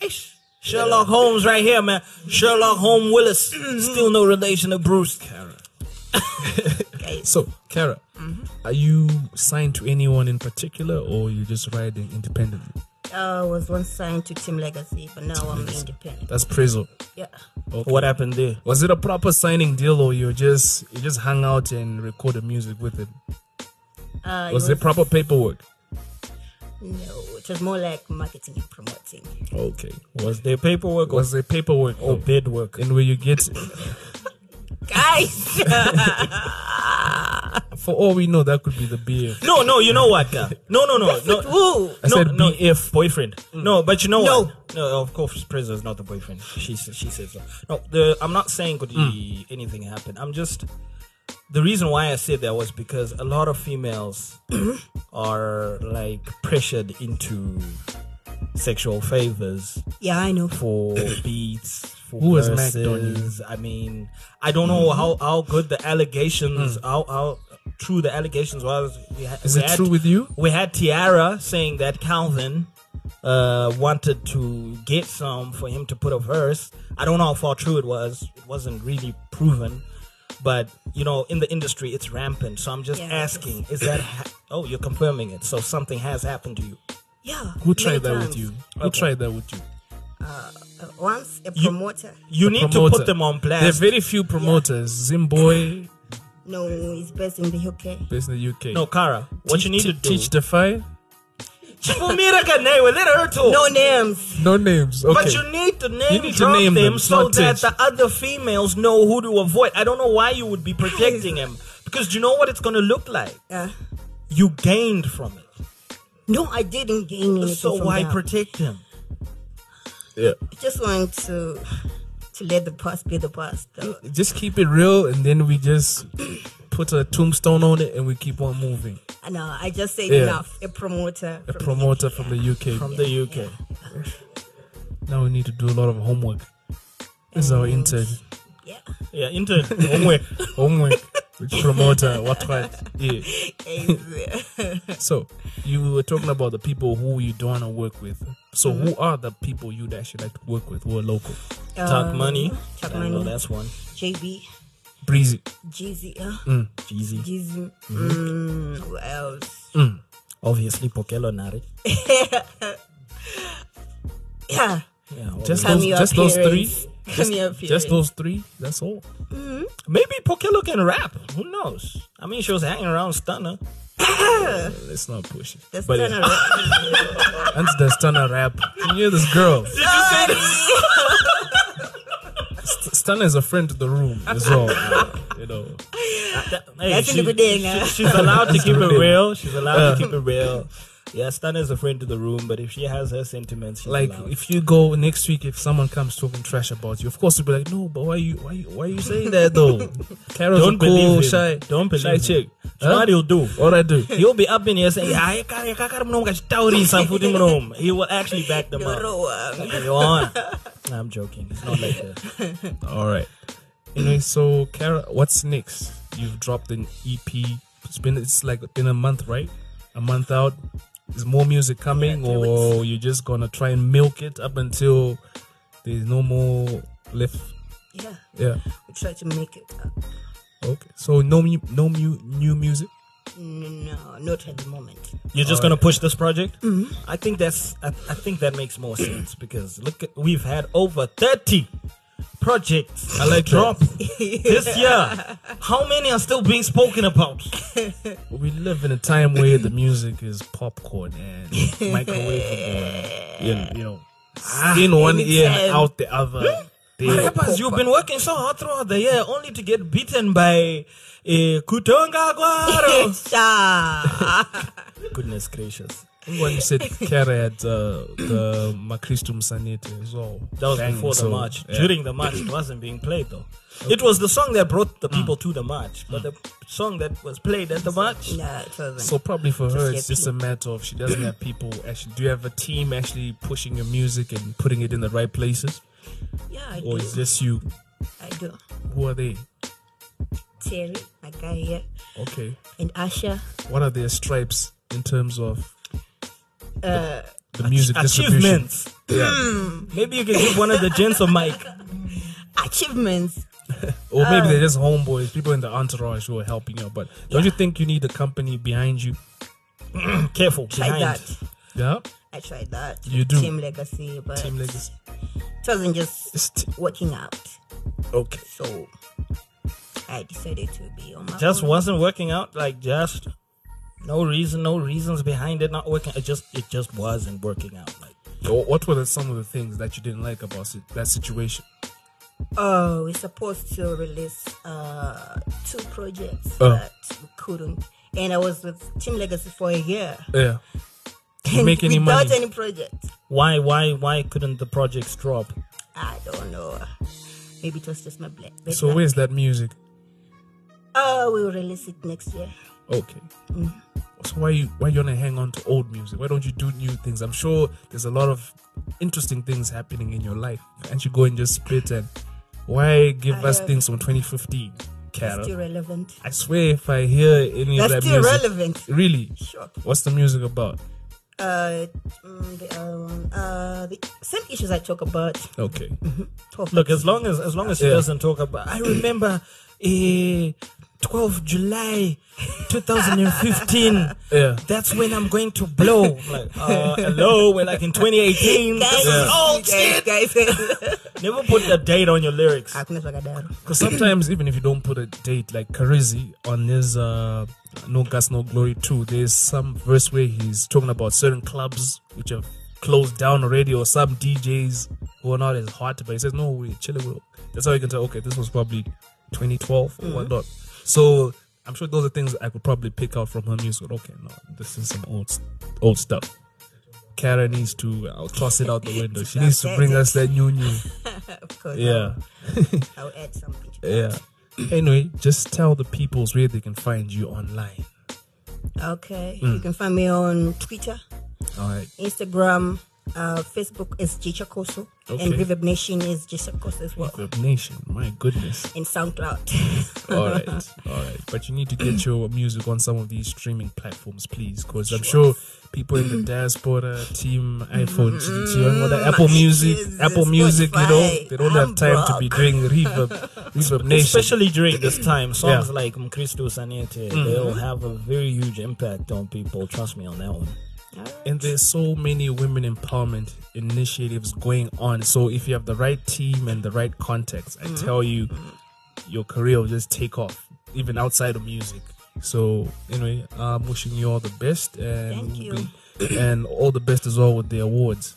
Speaker 6: eish, Sherlock Holmes right here, man. Sherlock Holmes Willis.
Speaker 1: Mm-hmm.
Speaker 6: Still no relation to Bruce.
Speaker 1: So, Kara,
Speaker 6: Mm-hmm.
Speaker 1: are you signed to anyone in particular, or you're just riding independently?
Speaker 9: I was once signed to Team Legacy, but now I'm independent.
Speaker 1: That's Prizzle.
Speaker 9: Yeah.
Speaker 6: What happened there?
Speaker 1: Was it a proper signing deal, or you just you just hung out and recorded music with it?
Speaker 9: Uh,
Speaker 1: Was there proper paperwork?
Speaker 9: No, it was more like marketing and promoting.
Speaker 1: Okay.
Speaker 6: Was there paperwork or
Speaker 1: Was there paperwork?
Speaker 6: or
Speaker 1: Oh,
Speaker 6: bid work.
Speaker 1: and where you get,
Speaker 9: [laughs] Guys!
Speaker 1: for all we know, that could be the beer.
Speaker 6: No, no, you know [laughs] what? uh, No, no, no, no.
Speaker 9: Woo!
Speaker 1: I
Speaker 6: No,
Speaker 1: said
Speaker 6: no,
Speaker 1: BF.
Speaker 6: if boyfriend. No, but you know what? No, of course, Preza is not the boyfriend. She s- she says so. No, the, I'm not saying could y- anything happen. I'm just the reason why I said that was because a lot of [coughs] females are like pressured into sexual favors
Speaker 9: Yeah, I know.
Speaker 6: for
Speaker 1: [laughs]
Speaker 6: beats, for
Speaker 1: Who has
Speaker 6: verses.
Speaker 1: Mac done you?
Speaker 6: I mean, I don't know how, how good the allegations, how, how true the allegations was. We had,
Speaker 1: Hmm. Is
Speaker 6: we
Speaker 1: it
Speaker 6: had-
Speaker 1: true with you?
Speaker 6: We had Tiara saying that Calvin uh, wanted to get some for him to put a verse. I don't know how far true it was. It wasn't really proven. But you know, in the industry, it's rampant. So I'm just
Speaker 9: Yeah, it is.
Speaker 6: asking: Is that? Ha- oh, you're confirming it. So something has happened to you.
Speaker 9: Yeah.
Speaker 1: Who tried
Speaker 9: many
Speaker 1: that with
Speaker 9: times.
Speaker 1: you? Who
Speaker 6: Okay.
Speaker 1: tried that with you?
Speaker 9: Uh, once a
Speaker 6: You-
Speaker 9: promoter.
Speaker 6: You
Speaker 1: A
Speaker 6: need to
Speaker 1: promoter.
Speaker 6: put them on
Speaker 1: There are
Speaker 6: blast.
Speaker 1: very few promoters. Zimboy,
Speaker 9: No, he's based in the UK.
Speaker 1: based in the UK.
Speaker 6: no, Kara, what
Speaker 1: Teach-
Speaker 6: you need to
Speaker 1: te-
Speaker 6: do.
Speaker 1: [laughs] Teach Defy.
Speaker 6: Chivumira Kanewe, let her talk.
Speaker 9: No names.
Speaker 1: No names. Okay.
Speaker 6: But you need to name
Speaker 1: You need to
Speaker 6: drop
Speaker 1: name
Speaker 6: them,
Speaker 1: them,
Speaker 6: so
Speaker 1: not
Speaker 6: that
Speaker 1: teach.
Speaker 6: the other females know who to avoid. I don't know why you would be protecting him because you know what it's going to look like.
Speaker 9: Uh,
Speaker 6: You gained from it,
Speaker 9: no, I didn't gain anything.
Speaker 6: so
Speaker 9: from
Speaker 6: why
Speaker 9: that.
Speaker 6: protect him?
Speaker 1: yeah.
Speaker 9: I just want to to let the past be the past. Uh, Though.
Speaker 1: Just keep it real, and then we just put a tombstone on it, and we keep on moving.
Speaker 9: No, I just said
Speaker 1: Yeah.
Speaker 9: enough. A promoter.
Speaker 1: A
Speaker 9: from
Speaker 1: promoter from the UK.
Speaker 6: From the UK,
Speaker 1: now we need to do a lot of homework. This is our intern.
Speaker 9: Yeah.
Speaker 6: yeah, [laughs] intern homework.
Speaker 1: Homework. Which promoter? What? What? Yeah. [laughs] So you were talking about the people who you don't want to work with. So who are the people you'd actually like to work with who are local?
Speaker 6: Talk money.
Speaker 9: Talk
Speaker 6: I know
Speaker 9: Money.
Speaker 6: that's one.
Speaker 9: JB,
Speaker 1: Breezy.
Speaker 9: Jeezy, uh,
Speaker 1: Mm.
Speaker 6: Jeezy,
Speaker 9: Jeezy.
Speaker 1: Mm-hmm.
Speaker 9: Mm, who else?
Speaker 6: obviously Pokelo Nari.
Speaker 9: Yeah.
Speaker 6: Yeah,
Speaker 1: Just
Speaker 9: Come
Speaker 1: those,
Speaker 9: your
Speaker 1: just those three.
Speaker 9: appearance.
Speaker 1: [laughs]
Speaker 9: Come
Speaker 1: Just,
Speaker 9: your
Speaker 1: just
Speaker 9: appearance.
Speaker 1: those three. That's all. Mm-hmm.
Speaker 6: maybe Pokelo can rap. Who knows? I mean, she was hanging around Stunner.
Speaker 1: Let's not push it.
Speaker 9: That's
Speaker 1: but
Speaker 9: turn
Speaker 1: yeah, [laughs]
Speaker 9: around.
Speaker 1: that's the stunner rap. Can you hear this girl?
Speaker 9: [laughs]
Speaker 1: St- Stunner is a friend to the room as [laughs] well. you know,
Speaker 6: Hey,
Speaker 9: That's
Speaker 6: she-
Speaker 9: in the beginning.
Speaker 6: she- she's allowed to keep it
Speaker 1: Good. [laughs]
Speaker 6: real. She's allowed to keep it real. Yeah, Stunner's a friend to the room, but if she has her sentiments, she's
Speaker 1: like
Speaker 6: allowed.
Speaker 1: if you go next week, if someone comes talking trash about you, of course you'll be like, no, but why you why you, why you
Speaker 6: [laughs]
Speaker 1: saying that though? Carol's
Speaker 6: don't
Speaker 1: a cool,
Speaker 6: believe him.
Speaker 1: shy,
Speaker 6: Don't believe
Speaker 1: shy
Speaker 6: him.
Speaker 1: chick.
Speaker 6: You know What
Speaker 1: [laughs]
Speaker 6: he'll do?
Speaker 1: What I
Speaker 6: [laughs]
Speaker 1: do?
Speaker 6: He'll be up in here saying, "Hayi kare kakari munomukachitaurisa futi munomu." He will actually back them up.
Speaker 9: Rowan.
Speaker 6: Go on. I'm joking. It's not like that.
Speaker 1: All right. Anyway, so Kara, what's next? You've dropped an EP. It's been it's like been a month, right? A month out. Is more music coming,
Speaker 9: Yeah, three
Speaker 1: or you're just gonna try and milk it up until there's no more left?
Speaker 9: Yeah.
Speaker 1: Yeah.
Speaker 9: We try to make it. uh, Up.
Speaker 1: Okay. So no mu- no mu- new music.
Speaker 9: No, not at the moment.
Speaker 6: You're just gonna push this project? Mm-hmm. I think that's. I, I think that makes more sense because look, at, we've had over thirty projects. I
Speaker 1: like that.
Speaker 6: drop [laughs] this year. How many are still being spoken about?
Speaker 1: We live in a time where the music is popcorn
Speaker 9: [laughs]
Speaker 1: and microwave. yeah. You know,
Speaker 9: Ah.
Speaker 1: in one ear,
Speaker 9: anytime.
Speaker 1: out the other. They-
Speaker 6: Rappers, you've been working so hard throughout the year, only to get beaten by uh, Kutonga [laughs] Guaro.
Speaker 9: Sha.
Speaker 6: Goodness gracious.
Speaker 1: When you said Kara had uh, the Macristum Sanete as well.
Speaker 6: That was
Speaker 1: Bang,
Speaker 6: before the
Speaker 1: so,
Speaker 6: march.
Speaker 1: yeah.
Speaker 6: During the march, it wasn't being played though. It was the song that brought the people to the march, but the song that was played at the march.
Speaker 9: no, it wasn't.
Speaker 1: So probably for her,
Speaker 9: get
Speaker 1: it's just a matter of she doesn't have people actually. Do you have a team actually pushing your music and putting it in the right places,
Speaker 9: yeah, I
Speaker 1: or
Speaker 9: do.
Speaker 1: is just you?
Speaker 9: I do.
Speaker 1: Who are they?
Speaker 9: Terry, my guy here,
Speaker 1: Okay,
Speaker 9: and Asha.
Speaker 1: what are their stripes in terms of
Speaker 9: Uh,
Speaker 1: the music distribution?
Speaker 6: achievements. Maybe you can give one of the gents a mic.
Speaker 9: achievements.
Speaker 1: Or maybe they're just homeboys, people in the entourage who are helping you. out. But don't you think you need a company behind you?
Speaker 6: Careful,
Speaker 9: Tried
Speaker 6: behind.
Speaker 9: that.
Speaker 1: Yeah,
Speaker 9: I tried that.
Speaker 1: You do.
Speaker 9: Team Legacy, but
Speaker 1: team legacy.
Speaker 9: it wasn't just
Speaker 1: It's t-
Speaker 9: working out.
Speaker 1: okay.
Speaker 9: So I decided to be on my
Speaker 6: Just
Speaker 9: own.
Speaker 6: wasn't working out. Like just no reason, no reasons behind it not working. It just it just wasn't working out. Like
Speaker 1: Wh- What were the, some of the things that you didn't like about si- that situation?
Speaker 9: Oh, we're supposed to release uh, two projects,
Speaker 1: Oh.
Speaker 9: but we couldn't. And I was with Team Legacy for a year.
Speaker 1: Yeah. You make any
Speaker 9: [laughs] without
Speaker 1: money?
Speaker 9: any project.
Speaker 6: why why why couldn't the projects drop?
Speaker 9: I don't know. Maybe it was just my black. bad
Speaker 1: So
Speaker 9: luck.
Speaker 1: where's that music?
Speaker 9: Oh, we'll release it next year.
Speaker 1: Okay. So why you why you wanna hang on to old music? Why don't you do new things? I'm sure there's a lot of interesting things happening in your life, and you go and just spit and why give
Speaker 9: I
Speaker 1: us
Speaker 9: have-
Speaker 1: things from 2015? Carol.
Speaker 9: Still relevant.
Speaker 1: I swear, if I hear any of
Speaker 9: That's
Speaker 1: that
Speaker 9: still
Speaker 1: music,
Speaker 9: relevant.
Speaker 1: really,
Speaker 9: Sure.
Speaker 1: what's the music about?
Speaker 9: Uh, mm, the, um, uh, the same issues I talk about.
Speaker 1: Okay,
Speaker 9: Talk
Speaker 6: Look, as long as as long as she
Speaker 1: Yeah.
Speaker 6: doesn't talk about, I remember, eh, 12 July, 2015.
Speaker 1: Yeah.
Speaker 6: that's when I'm going to blow. I'm Like, uh, hello, we're like in 2018.
Speaker 9: guys,
Speaker 6: This is old
Speaker 9: guys,
Speaker 6: shit.
Speaker 9: guys, [laughs]
Speaker 6: Never put a date on your lyrics.
Speaker 9: Hakuna swagadaru.
Speaker 1: because sometimes even if you don't put a date, like Karizi on his uh, "No Gas No Glory" too, there's some verse where he's talking about certain clubs which have closed down already, or some DJs who are not as hot. But he says, "No, we're chilling." Bro. That's how you can tell. Okay, this was probably 2012 or whatnot. So. I'm sure those are things I could probably pick out from her music. Okay, no, this is some old, old stuff. Kara needs to. I'll toss it out the window. She needs to bring us that new new.
Speaker 9: Of course,
Speaker 1: Yeah,
Speaker 9: I'll, I'll add something. To that.
Speaker 1: yeah. Anyway, just tell the peoples where they can find you online.
Speaker 9: Okay,
Speaker 1: Hmm.
Speaker 9: you can find me on Twitter,
Speaker 1: All right.
Speaker 9: Instagram, uh, Facebook is Jichakoso, and
Speaker 1: Okay.
Speaker 9: Reverb Nation is Jichakoso as well,
Speaker 1: Good Nation, my goodness.
Speaker 9: and SoundCloud. [laughs]
Speaker 1: All right, all right. But you need to get
Speaker 9: [clears throat]
Speaker 1: your music on some of these streaming platforms, please, because I'm sure people in the diaspora, Team iPhone, you know, the
Speaker 9: [laughs]
Speaker 1: Apple Music,
Speaker 9: Mm-hmm. Jesus,
Speaker 1: Apple Music, you know,
Speaker 9: Spotify,
Speaker 1: they don't have time to be doing
Speaker 9: [laughs]
Speaker 1: reverb, reverb nation.
Speaker 6: Especially during this time, songs
Speaker 1: Yeah.
Speaker 6: like Mkristu Sanete, they'll have a very huge impact on people. Trust me on that one.
Speaker 1: and there's so many women empowerment initiatives going on. So if you have the right team and the right contacts, I
Speaker 6: Mm-hmm.
Speaker 1: tell you, your career will just take off, even outside of music. So anyway, I'm wishing you all the best, and
Speaker 9: Thank you.
Speaker 1: we- and all the best as well with the awards.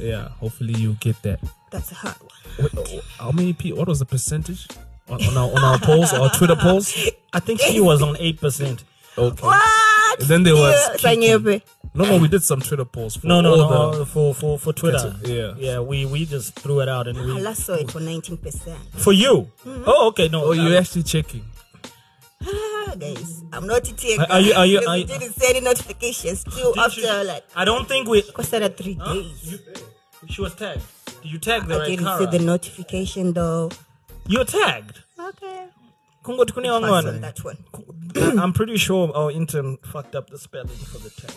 Speaker 1: Yeah, hopefully you get that.
Speaker 9: That's a hard one.
Speaker 1: Wait, oh, how many people? What was the percentage on, on our on our polls, our Twitter polls?
Speaker 6: [laughs] I think she was on 8%.
Speaker 1: Okay.
Speaker 9: What?
Speaker 1: And then there was
Speaker 9: Yeah, Sanyepe.
Speaker 1: No, no, we did some Twitter polls. For
Speaker 6: No, no,
Speaker 1: all
Speaker 6: no,
Speaker 1: the-
Speaker 6: uh, for, for, for Twitter.
Speaker 1: Yeah.
Speaker 6: Yeah, we, we just threw it out and
Speaker 9: I
Speaker 6: we.
Speaker 9: last saw it for 19%.
Speaker 6: For you? Oh, okay, no.
Speaker 1: Oh, you're
Speaker 6: uh,
Speaker 1: actually checking.
Speaker 9: Ah, guys, I'm not a tech.
Speaker 6: Are- are you- are you-
Speaker 9: Because
Speaker 6: are
Speaker 9: we
Speaker 6: you-
Speaker 9: didn't send any notifications till
Speaker 6: did
Speaker 9: after
Speaker 6: you-
Speaker 9: like
Speaker 6: I don't think we.
Speaker 9: because that three
Speaker 6: Huh?
Speaker 9: days.
Speaker 6: You- she was tagged. Did you tag the
Speaker 9: I
Speaker 6: right
Speaker 9: didn't
Speaker 6: Kara?
Speaker 9: see the notification though.
Speaker 6: You're tagged.
Speaker 9: Okay.
Speaker 6: Kungo tukuni
Speaker 9: Pass
Speaker 6: wangwana.
Speaker 9: on that one.
Speaker 6: I'm pretty sure our intern fucked up the spelling for the tag.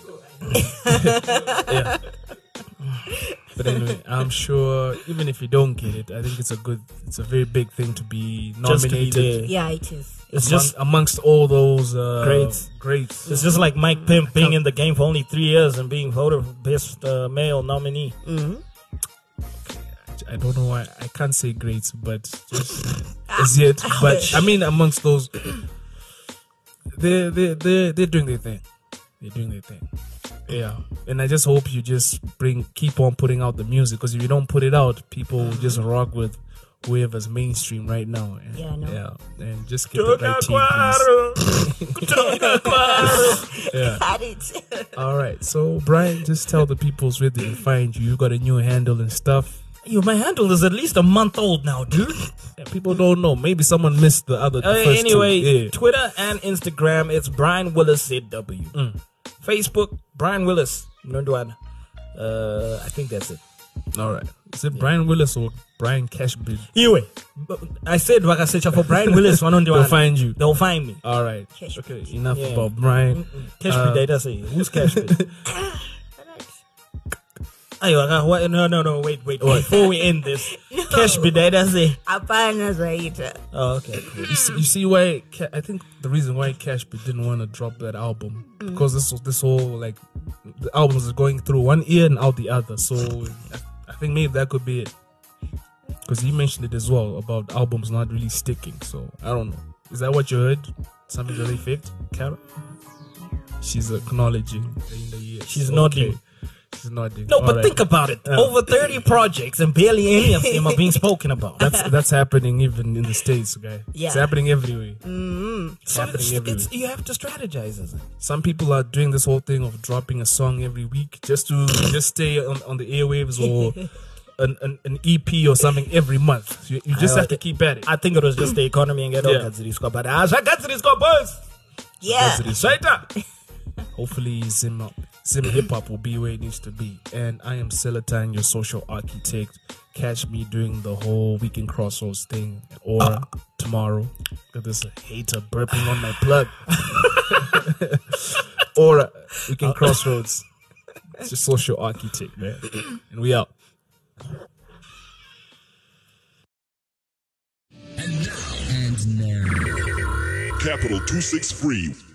Speaker 1: But anyway, I'm sure even if you don't get it, I think it's a good, it's a very big thing to be
Speaker 6: Just to
Speaker 1: nominated.
Speaker 6: be there.
Speaker 9: Yeah, it is.
Speaker 6: It's
Speaker 1: among-
Speaker 6: just
Speaker 1: amongst all those uh,
Speaker 6: Greats.
Speaker 1: Greats.
Speaker 6: It's just like Mike
Speaker 1: Mm.
Speaker 6: Pimp being in the game for only three years and being voted best uh, male nominee.
Speaker 1: Mm. I don't know why I can't say greats, but
Speaker 9: [laughs]
Speaker 1: just as yet.
Speaker 9: Ah,
Speaker 1: But I mean, amongst those, they they they they're doing their thing. They're doing their thing. Yeah, and I just hope you just bring keep on putting out the music because if you don't put it out, people will just rock with whoever's mainstream right now. And,
Speaker 9: Mm-hmm. Yeah, I know.
Speaker 1: yeah, and just get the right team. please.
Speaker 9: [laughs]
Speaker 6: [laughs]
Speaker 9: Had it. [laughs]
Speaker 1: All right, so Brian, just tell the peoples where they can find you. You got a new handle and stuff.
Speaker 6: Yo, my handle is at least a month old now,
Speaker 1: [laughs]
Speaker 6: dude.
Speaker 1: Yeah, people don't know. Maybe someone missed the other. the
Speaker 6: Uh,
Speaker 1: first two.
Speaker 6: anyway,
Speaker 1: Yeah.
Speaker 6: Twitter and Instagram, it's Brian Willis ZW.
Speaker 1: Mm.
Speaker 6: Facebook, Brian Willis Nundwan. Uh, I think that's it.
Speaker 1: All right. Is it Brian Willis or Brian Cashby?
Speaker 6: Anyway, but I said like I said, for
Speaker 1: [laughs]
Speaker 6: Brian Willis one
Speaker 1: They'll find you.
Speaker 6: They'll find me.
Speaker 1: All right.
Speaker 9: Cashby.
Speaker 1: Okay. Enough
Speaker 6: Yeah.
Speaker 1: about Brian.
Speaker 6: Cash
Speaker 1: Uh,
Speaker 6: me data say who's cash Ah, me?
Speaker 1: [laughs]
Speaker 6: Ayo, aka- wa- no, no, no, wait, wait, before we end [laughs] this, cash me data say.
Speaker 9: Apana Zaita.
Speaker 6: Oh, okay. cool.
Speaker 1: You see, you see why? Ca- I think the reason why Cashby didn't want to drop that album
Speaker 6: Mm.
Speaker 1: because this was this whole like the albums is going through one ear and out the other. So I, I think maybe that could be it. Because he mentioned it as well about albums not really sticking. So I don't know. Is that what you heard? Something that they faked, Kara? She's acknowledging in the years.
Speaker 6: She's nodding.
Speaker 1: She's nodding.
Speaker 6: No,
Speaker 1: All
Speaker 6: but
Speaker 1: right.
Speaker 6: think about it.
Speaker 1: Uh.
Speaker 6: Over 30 projects, and barely any of them are [laughs] being spoken about.
Speaker 1: That's that's happening even in the states, guy. It's
Speaker 9: Yeah.
Speaker 1: happening everywhere. It's
Speaker 6: Mm-hmm. so
Speaker 1: happening
Speaker 6: it's,
Speaker 1: everywhere.
Speaker 6: it's, you have to strategize, isn't it?
Speaker 1: Some people are doing this whole thing of dropping a song every week just to just stay on, on the airwaves
Speaker 6: [laughs]
Speaker 1: or an, an, an EP or something every month. You, you just
Speaker 6: I-
Speaker 1: have to keep at it.
Speaker 6: I think it was just the economy and get all
Speaker 1: Yeah.
Speaker 6: Gatsirisco, but I Gatsirisco, boys!
Speaker 9: Yeah.
Speaker 1: Saita. Hopefully, Zim Zim Hip Hop will be where it needs to be. And I am Celestine, your social architect. Catch me doing the whole weekend crossroads thing or tomorrow Got this hater burping on my plug. [laughs] or uh, we can crossroads. It's just social architect, man. And we out.
Speaker 2: Capital 263